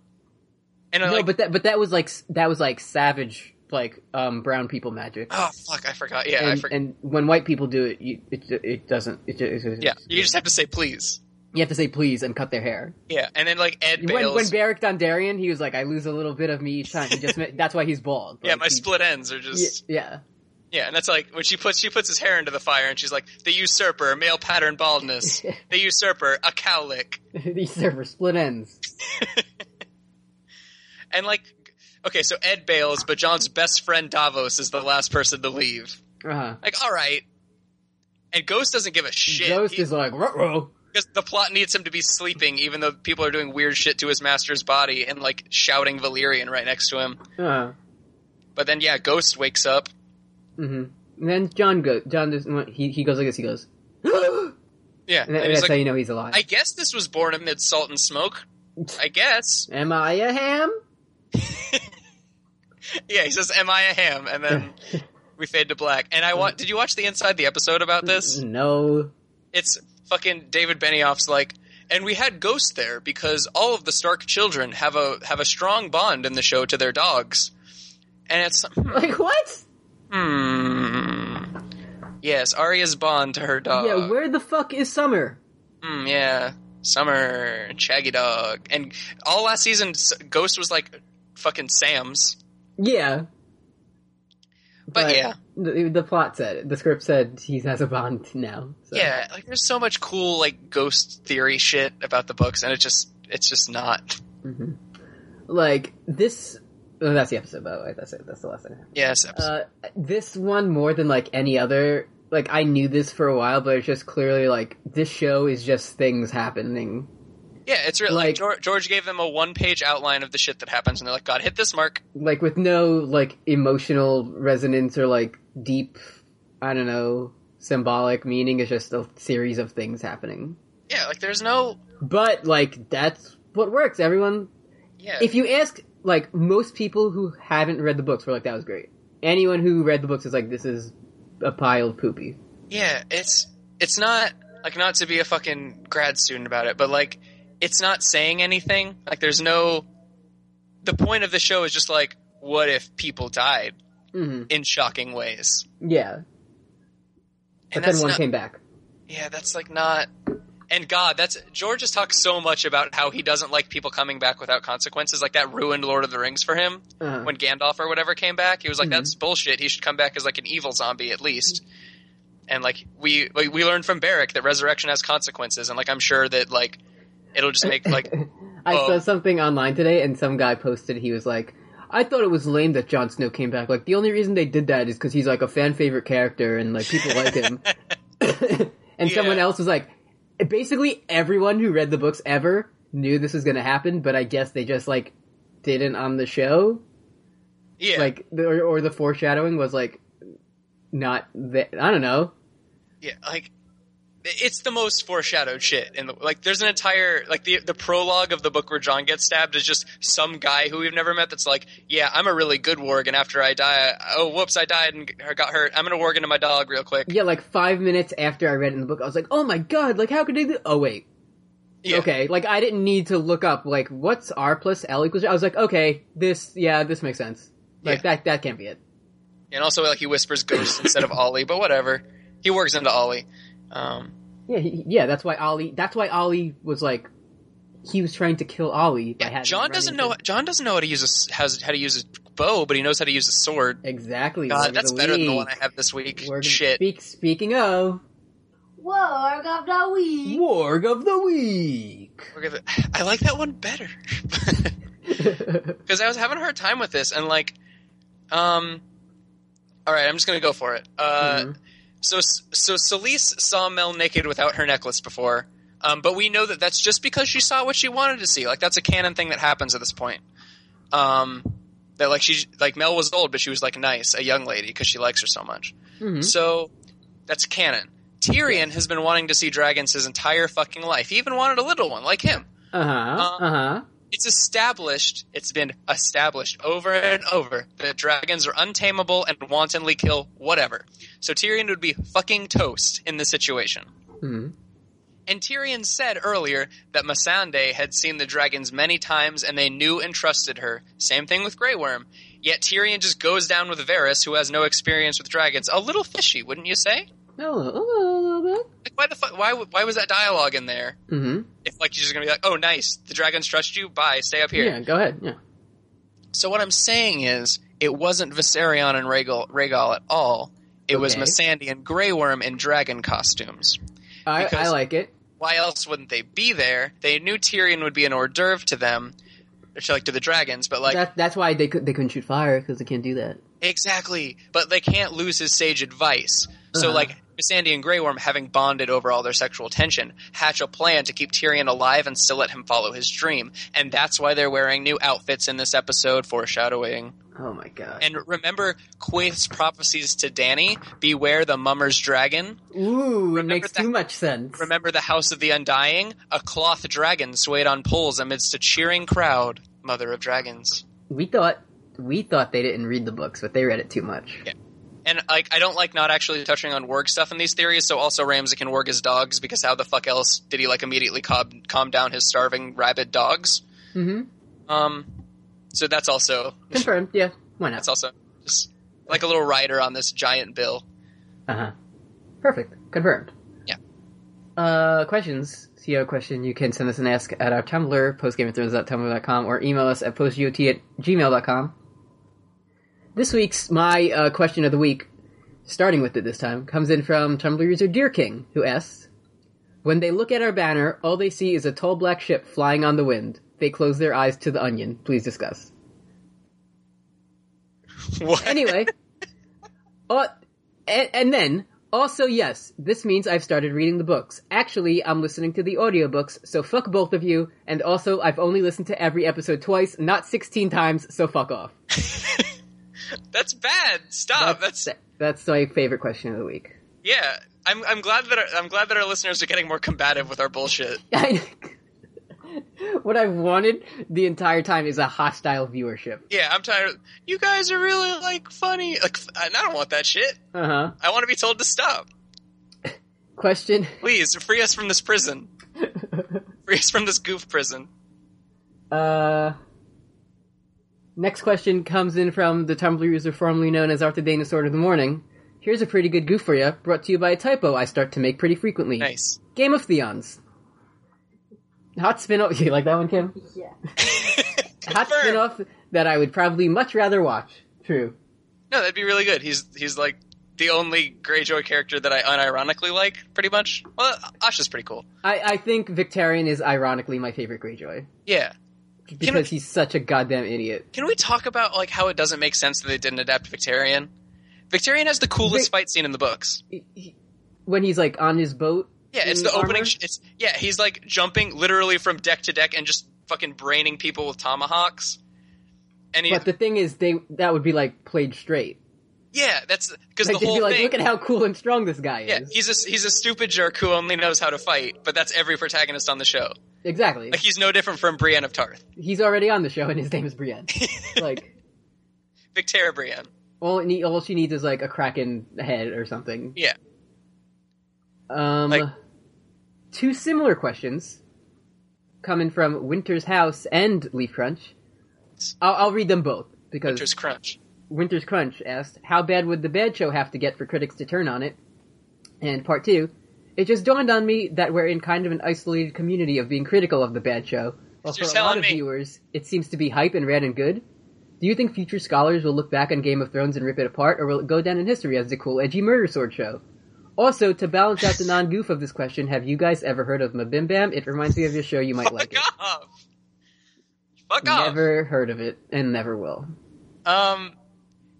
And I'm no, like, but that but that was like s- that was like savage, like um brown people magic. oh fuck, I forgot. Yeah, I and, forgot. and when white people do it, you, it it doesn't. It just, it's, yeah, you just have to say please. you have to say please and cut their hair. Yeah, and then like Ed When, Bales. when Barrick Dondarrion, he was like, "I lose a little bit of me each time." He just meant, that's why he's bald. yeah, Like, my he- split ends are just Yeah, yeah, and that's like when she puts she puts his hair into the fire, and she's like, "The usurper, male pattern baldness. the usurper, a cowlick." yeah. these server split ends. And like, okay, so Ed bails, but John's best friend Davos is the last person to leave. Uh huh. Like, all right. And Ghost doesn't give a shit Ghost He- is like, ruh because the plot needs him to be sleeping, even though people are doing weird shit to his master's body and like shouting Valyrian right next to him. Uh But then, yeah, Ghost wakes up. hmm And then John goes. John does. He he goes like this. He goes. Yeah, And that- and he's that's how like, you know he's alive. I guess this was born amid salt and smoke. I guess. Am I a ham? Yeah, he says, "Am I a ham?" And then we fade to black. And I want. Did you watch the inside the episode about this? No. It's fucking David Benioff's like, and we had Ghost there because all of the Stark children have a have a strong bond in the show to their dogs, and it's Like what? hmm. Yes, Arya's bond to her dog. yeah. Where the fuck is Summer? Hmm, yeah. Summer and Shaggy Dog, and all last season, S- Ghost was like fucking Sam's. Yeah. But yeah. The, the plot said it. the script said he has a bond now. So. Yeah, like there's so much cool like ghost theory shit about the books, and it just it's just not. Like this. Oh, that's the episode, by the way. That's it. That's the last thing. Yes, Uh, this one more than like any other. Like I knew this for a while, but it's just clearly like this show is just things happening. yeah, it's really like like- George, George gave them a one page outline of the shit that happens, and they're like, "God, hit this mark." like with no like emotional resonance or like deep i don't know symbolic meaning it's just a series of things happening Yeah, like there's no but like that's what works everyone yeah if you ask like most people who haven't read the books were like that was great anyone who read the books is like this is a pile of poopy yeah it's it's not like not to be a fucking grad student about it, but like it's not saying anything. Like there's no the point of the show is just like what if people died hmm in shocking ways, yeah but and then that's one not, came back Yeah, that's like not. And God, that's George has talked so much about how he doesn't like people coming back without consequences. Like that ruined Lord of the Rings for him uh, when Gandalf or whatever came back. He was like, Mm-hmm. "That's bullshit. He should come back as like an evil zombie at least." And like we like, we learned from Barrick that resurrection has consequences, and like I'm sure that like it'll just make like i oh. saw something online today and some guy posted he was like I thought it was lame that Jon Snow came back. Like the only reason they did that is because he's like a fan favorite character and like people like him. and Yeah. someone else was like, basically everyone who read the books ever knew this was going to happen, but I guess they just like didn't on the show. yeah Like the, or, or the foreshadowing was like not that I don't know. yeah like it's the most foreshadowed shit in the like there's an entire like the the prologue of the book where John gets stabbed is just some guy who we've never met that's like yeah I'm a really good warg and after I die I- oh whoops I died and g- got hurt I'm gonna warg into my dog real quick Yeah, like five minutes after I read it in the book, I was like, oh my god, like how could they do? Oh wait, yeah. okay. Like I didn't need to look up like what's R plus L equals. I was like, okay, this yeah, this makes sense. Like that that can't be it. and also like he whispers ghost instead of Ollie but whatever he wargs into Ollie um Yeah, he, yeah. That's why Ollie. That's why Ollie was like, he was trying to kill Ollie. By having John run doesn't into- know John doesn't know how to use a s has how to use a bow but he knows how to use a sword exactly. word God of that's the better than the week. one I have this week Word of- shit Speak, speaking of, Whoa, I got that week. Warg of the Week. We're gonna- I like that one better Mm-hmm. because I was having a hard time with this, and like, um, all right, I'm just gonna go for it. Uh, Mhm. So so Celise saw Mel naked without her necklace before, um, but we know that that's just because she saw what she wanted to see. Like that's a canon thing that happens at this point. Um, that like she like Mel was old, but she was like nice, a young lady because she likes her so much. Mhm. So that's canon. Tyrion has been wanting to see dragons his entire fucking life. He even wanted a little one like him. Uh-huh. Um, Uh-huh. It's established, it's been established over and over that dragons are untamable and wantonly kill whatever. So Tyrion would be fucking toast in this situation. Mhm. And Tyrion said earlier that Masande had seen the dragons many times and they knew and trusted her. Same thing with Grey Worm. Yet Tyrion just goes down with Varys, who has no experience with dragons. A little fishy, wouldn't you say? A little, a little, little Like, why the fuck? Why, w- why was that dialogue in there? bit. Mm-hmm. If like you're just gonna be like, oh, nice, the dragons trust you. Bye, stay up here. Yeah, go ahead. Yeah. So what I'm saying is, it wasn't Viserion and Rhaegal, Rhaegal at all. It was Okay. Missandei and Grey Worm in dragon costumes. I, Because- I like it. Why else wouldn't they be there? They knew Tyrion would be an hors d'oeuvre to them, or to, like to the dragons. But like that, that's why they could they couldn't shoot fire because they can't do that. exactly, but they can't lose his sage advice. So Uh-huh. like Missandei and Grey Worm, having bonded over all their sexual tension, hatch a plan to keep Tyrion alive and still let him follow his dream. And that's why they're wearing new outfits in this episode, foreshadowing. Oh my god. And remember Quaith's prophecies to Danny: "Beware the Mummer's Dragon." Ooh, it makes that- too much sense. Remember the House of the Undying? A cloth dragon swayed on poles amidst a cheering crowd. Mother of dragons. we thought we thought they didn't read the books, but they read it too much. Yeah. And like, I don't like not actually touching on Worg stuff in these theories. So also Ramsay can work his dogs because how the fuck else did he like immediately calm, calm down his starving rabid dogs? Mm-hmm. Um, so that's also Confirmed. Yeah. Why not? that's also just like a little rider on this giant bill. Uh huh. Perfect. Confirmed. Uh-huh. Yeah. Uh, questions. If you have a question, you can send us an ask at our Tumblr, postgameofthrones.tumblr.com, or email us at postgot at gmail.com. This week's my uh, question of the week, starting with it this time, comes in from Tumblr user Deer King, who asks, "When they look at our banner, all they see is a tall black ship flying on the wind. They close their eyes to the onion. Please discuss." What? anyway, uh, and, and then also yes, this means I've started reading the books. Actually, I'm listening to the audiobooks, so fuck both of you. And also, I've only listened to every episode twice, not 16 times, so fuck off. That's bad. Stop. Uh, That's, that's my favorite question of the week. yeah. I'm, I'm glad that our, I'm glad that our listeners are getting more combative with our bullshit. I- what I've wanted the entire time is a hostile viewership. Yeah, I'm tired. of- You guys are really like funny. Like, f- and I don't want that shit. Uh huh. I want to be told to stop. Question. Please free us from this prison. free us from this goof prison. Uh, next question comes in from the Tumblr user formerly known as Arthur Dana Sword of the Morning. Here's a pretty good goof for you, brought to you by a typo I start to make pretty frequently. Nice. Game of Theons. Hot spin-off. You like that one, Kim? Yeah. Hot Confirmed. spin-off that I would probably much rather watch. True. No, that'd be really good. He's he's like the only Greyjoy character that I unironically like, pretty much. Well, Asha's pretty cool. I, I think Victarion is ironically my favorite Greyjoy Yeah. because he's such a goddamn idiot. Can we talk about like how it doesn't make sense that they didn't adapt Victarion? Victarion has the coolest Vic- fight scene in the books. He- he- when he's like on his boat. Yeah, it's in the opening. armor. Sh- it's yeah, he's like jumping literally from deck to deck and just fucking braining people with tomahawks. And he, but the thing is, they that would be like played straight. yeah, that's because Like, the they'd whole be like, thing. look at how cool and strong this guy Yeah, is. he's a he's a stupid jerk who only knows how to fight, but that's every protagonist on the show. Exactly. Like he's no different from Brienne of Tarth, he's already on the show, and his name is Brienne. like, Victoria Brienne. all, it need, all she needs is like a kraken head or something. Yeah, Um, Like- two similar questions coming from Winter's House and Leaf Crunch. I'll, I'll read them both because Hunter's Crunch. Winter's Crunch asked, "How bad would the bad show have to get for critics to turn on it?" And part two, it just dawned on me that we're in kind of an isolated community of being critical of the bad show. While for You're a lot telling of me. viewers, it seems to be hype and red and good. Do you think future scholars will look back on Game of Thrones and rip it apart, or will it go down in history as the cool, edgy murder sword show? Also, to balance out the non-goof of this question, have you guys ever heard of Mabim Bam? It reminds me of your show. You might Fuck like it. off. Fuck off. Never heard of it and never will. Um,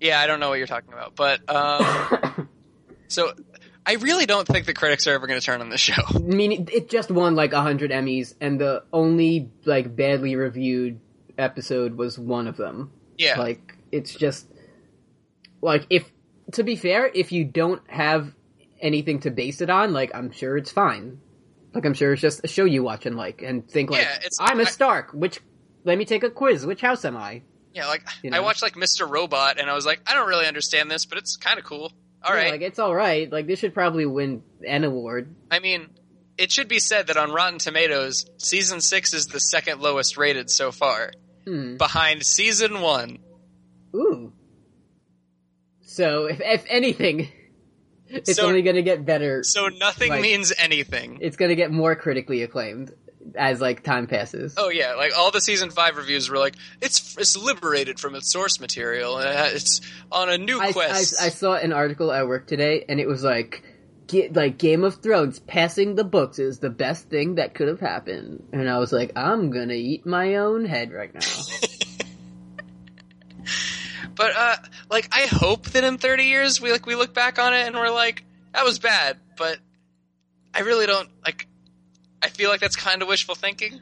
yeah, I don't know what you're talking about, but um, so I really don't think the critics are ever going to turn on this show. I mean, it, it just won like 100 Emmys, and the only like badly reviewed episode was one of them. Yeah, Like it's just like if to be fair, if you don't have anything to base it on, like I'm sure it's fine. Like I'm sure it's just a show you watch and like and think like Yeah, it's- I'm a I- Stark. Which let me take a quiz. Which house am I? yeah. Like You know. I watched like Mr. Robot, and I was like, I don't really understand this, but it's kind of cool. Yeah, All right. like it's all right. Like this should probably win an award. I mean, it should be said that on Rotten Tomatoes, season six is the second lowest rated so far, Hmm. behind season one. Ooh. So if if anything, it's So- only going to get better. So nothing Right. means anything. It's going to get more critically acclaimed as like time passes. Oh yeah, like all the season five reviews were like, it's it's liberated from its source material. uh, It's on a new I, I, quest. I saw an article at work today, and it was like, Ga- like Game of Thrones passing the books is the best thing that could have happened, and I was like, I'm gonna eat my own head right now. But uh, like, I hope that in thirty years we like we look back on it and we're like, that was bad. But I really don't like. I feel like that's kind of wishful thinking.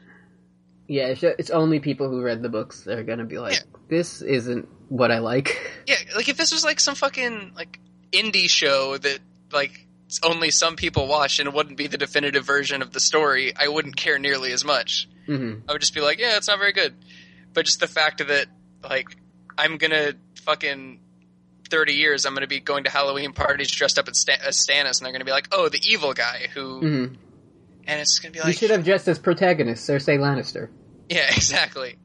yeah, it's, it's only people who read the books that are gonna be like, this isn't what I like. Yeah, like if this was like some fucking like indie show that like only some people watch and it wouldn't be the definitive version of the story, I wouldn't care nearly as much. hmm I would just be like, yeah, it's not very good. But just the fact that like I'm gonna fucking. 30 years I'm going to be going to Halloween parties dressed up as, Stan- as Stannis and they're going to be like, "Oh, the evil guy who hmm and it's going to be you like should have dressed as protagonist, Cersei Lannister. Yeah, exactly.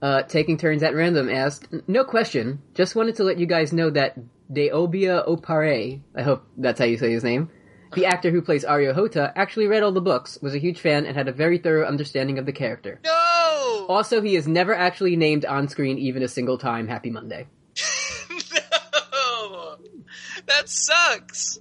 Uh, taking turns at random asked, no question, just wanted to let you guys know that Deobia Opare, I hope that's how you say his name, the actor who plays Ariohota, actually read all the books, was a huge fan, and had a very thorough understanding of the character. No! Also, he is never actually named on screen even a single time. Happy Monday. no! That sucks!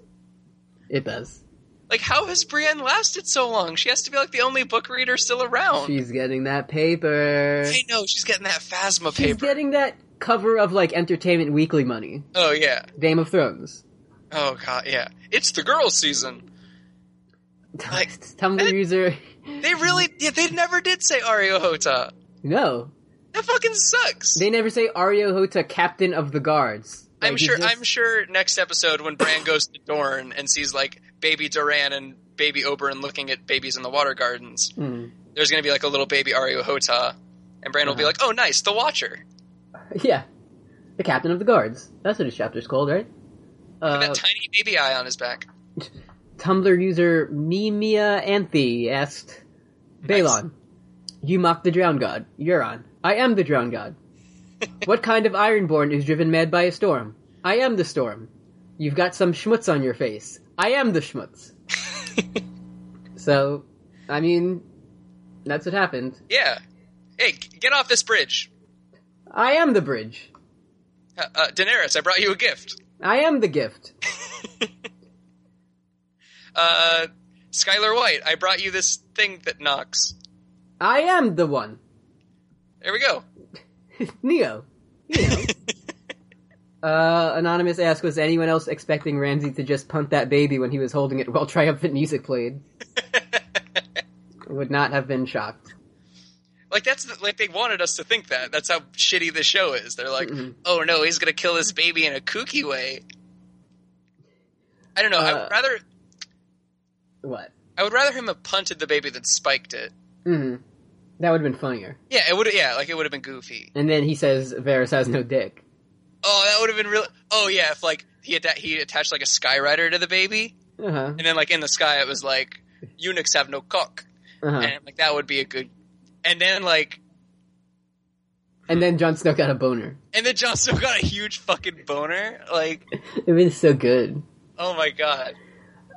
It does. Like, how has Brienne lasted so long? She has to be, like, the only book reader still around. She's getting that paper. I know, she's getting that Phasma She's paper. getting that cover of, like, Entertainment Weekly money. oh, yeah. Game of Thrones. Oh, God, yeah. It's the girls' season. Like- Tumblr user. They really, yeah, they never did say Ario Hota. No, That fucking sucks. They never say Ario Hota, captain of the guards. Like, I'm he sure, just- I'm sure next episode when Bran goes to Dorne and sees, like, baby Doran and baby Oberyn looking at babies in the water gardens, Hmm. there's going to be like a little baby Aryo Hota, and Brand will be Uh-huh. like, "Oh, nice, the Watcher." Yeah, the captain of the guards. That's what his chapter's called, right? With Uh, that tiny baby eye on his back. Tumblr user Mimia Anthe asked, Balon, you mock the drowned god, Euron. I am the drowned god. what kind of ironborn is driven mad by a storm? I am the storm. You've got some schmutz on your face. I am the schmutz. so, I mean, that's what happened. Yeah. Hey, g- get off this bridge, I am the bridge. uh, uh, Daenerys. I brought you a gift. I am the gift. Uh, Skylar White. I brought you this thing that knocks. I am the one. There we go. Neo. You know. uh, Anonymous asked, was anyone else expecting Ramsey to just punt that baby when he was holding it while triumphant music played? Would not have been shocked. Like that's the, like they wanted us to think that. That's how shitty this show is. They're like, Mhm. "Oh no, he's gonna kill this baby in a kooky way." I don't know. I Uh, would rather What? I would rather him have punted the baby than spiked it. Mm. That would have been funnier. Yeah, it would. Yeah, like it would have been goofy. And then he says, Varys has no dick. Oh, that would have been real. Oh yeah, if like he atta- he attached like a sky rider to the baby, Uh huh. and then like in the sky it was like eunuchs have no cock, Uh huh. and like that would be a good. And then like, And then Jon Snow got a boner. and then Jon Snow got a huge fucking boner. Like, It was so good. oh my god,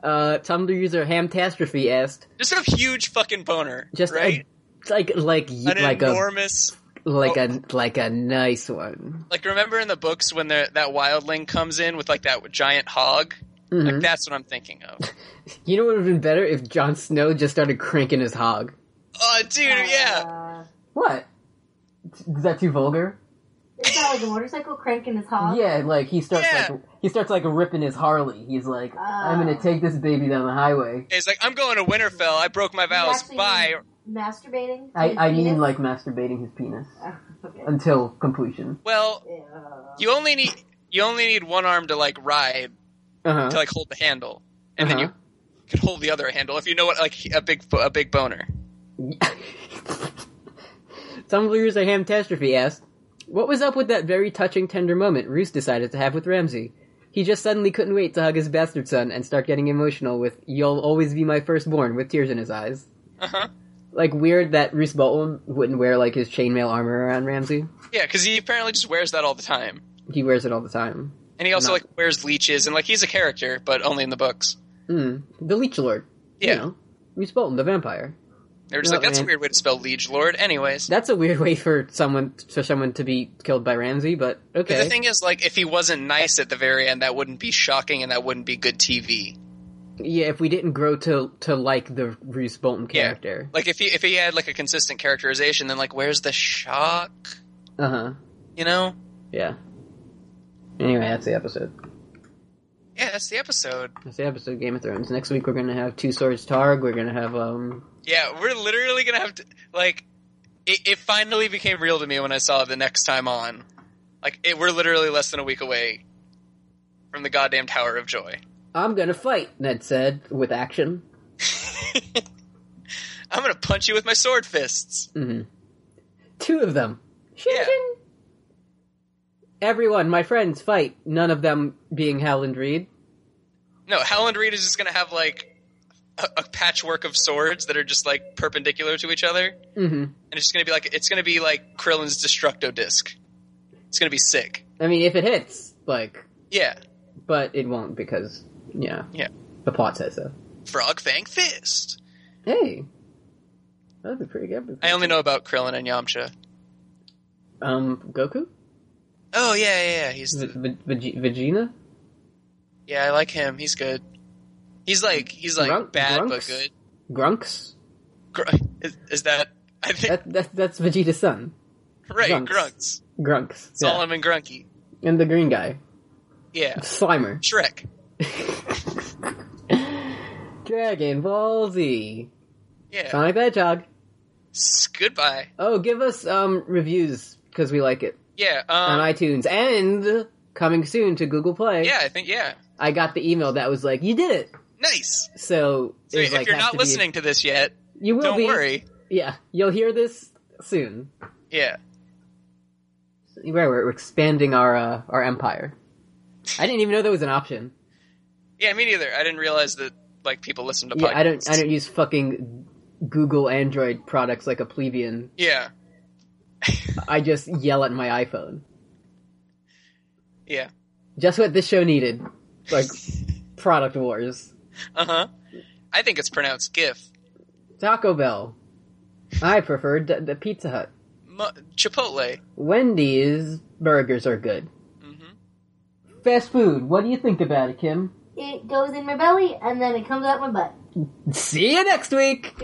Uh, Tumblr user Hamtastrophe asked, just a huge fucking boner, just right? a, like, like, An Oh. like a enormous. like a like a nice one. Like remember in the books when the, that wildling comes in with like that giant hog, Mhm. Like that's what I'm thinking of. You know what would have been better if Jon Snow just started cranking his hog. Oh, dude, yeah. Uh, What? Is that too vulgar? is that like a motorcycle cranking his hog? Yeah, like he starts Yeah. like he starts like ripping his Harley. He's like, I'm Ah. gonna take this baby down the highway. He's like, I'm going to Winterfell. I broke my He's vows. actually Bye. Masturbating. to I, his I mean penis? like masturbating his penis okay. until completion. Well, Yeah. you only need you only need one arm to like ride Uh to huh. like hold the handle, and then Uh-huh. you could hold the other handle if you know what like a big a big boner. Some viewers at Hamtastrophe asked, "What was up with that very touching, tender moment Roos decided to have with Ramsey? He just suddenly couldn't wait to hug his bastard son and start getting emotional with "You'll always be my firstborn" with tears in his eyes." Uh huh. Like weird that Roos Bolton wouldn't wear like his chainmail armor around Ramsey. Yeah, because he apparently just wears that all the time, He wears it all the time. and he also No. like wears leeches and like he's a character, but only in the books. Mm. The Leech Lord. Yeah. You know, Roos Bolton, the vampire. They were just No, like, that's man. a weird way to spell liege lord. Anyways, That's a weird way for someone for someone to be killed by Ramsey, but But okay. the thing is, like, if he wasn't nice at the very end, that wouldn't be shocking and that wouldn't be good TV. yeah, if we didn't grow to to like the Roos Bolton Yeah. character. Like, if he if he had like a consistent characterization, then like, where's the shock? Uh huh. You know? Yeah. Anyway, that's the episode. Yeah, that's the episode. That's the episode of Game of Thrones. Next week we're gonna have Two Swords Targ. We're gonna have um. Yeah, we're literally gonna have to like. It, it finally became real to me when I saw it the next time on. Like, it, we're literally less than a week away from the goddamn Tower of Joy. I'm gonna fight. Ned said with action. I'm gonna punch you with my sword fists. Mm-hmm. Two of them. Yeah. Shing. Everyone, my friends, fight. None of them being Howland Reed. No, Howland Reed is just gonna have like a, a patchwork of swords that are just like perpendicular to each other. Mm-hmm. and it's just gonna be like it's gonna be like Krillin's Destructo Disc. It's gonna be sick. I mean, if it hits, like, Yeah, but it won't because yeah, Yeah. the plot says so. Frog Fang Fist. Hey, that'd be pretty good. I only know about Krillin and Yamcha. um Goku, Oh yeah, yeah, yeah. He's v- the, v- Veg- Vegeta. yeah. I like him. He's good. He's like he's like Grunk- bad Grunks? but good. Grunks. Gr- is, is that I think That, that that's Vegeta's son. right? Grunks. Grunks, Grunks. Yeah. Solomon Grunky. And the green guy. Yeah, Slimer. Shrek. Dragon Ball Z. Yeah. Sonic the Hedgehog. S- goodbye. Oh, give us um reviews because we like it Yeah. on Um. iTunes and coming soon to Google Play. yeah, I think yeah. I got the email that was like, "You did it." Nice. So, So it if was like, you're has not to be- listening to this yet, you will don't be. worry. Yeah, you'll hear this soon. Yeah. Where we're expanding our uh, our empire. I didn't even know that was an option. Yeah, me neither. I didn't realize that like people listen to podcasts. Yeah, I don't. I don't use fucking Google Android products like a plebeian. Yeah, I just yell at my iPhone. yeah. Just what this show needed, like product wars. Uh huh. I think it's pronounced GIF. Taco Bell. I prefer d- the Pizza Hut. Mu Chipotle. Wendy's burgers are good. hmm Fast food. What do you think about it, Kim? It goes in my belly and then it comes out my butt. See you next week.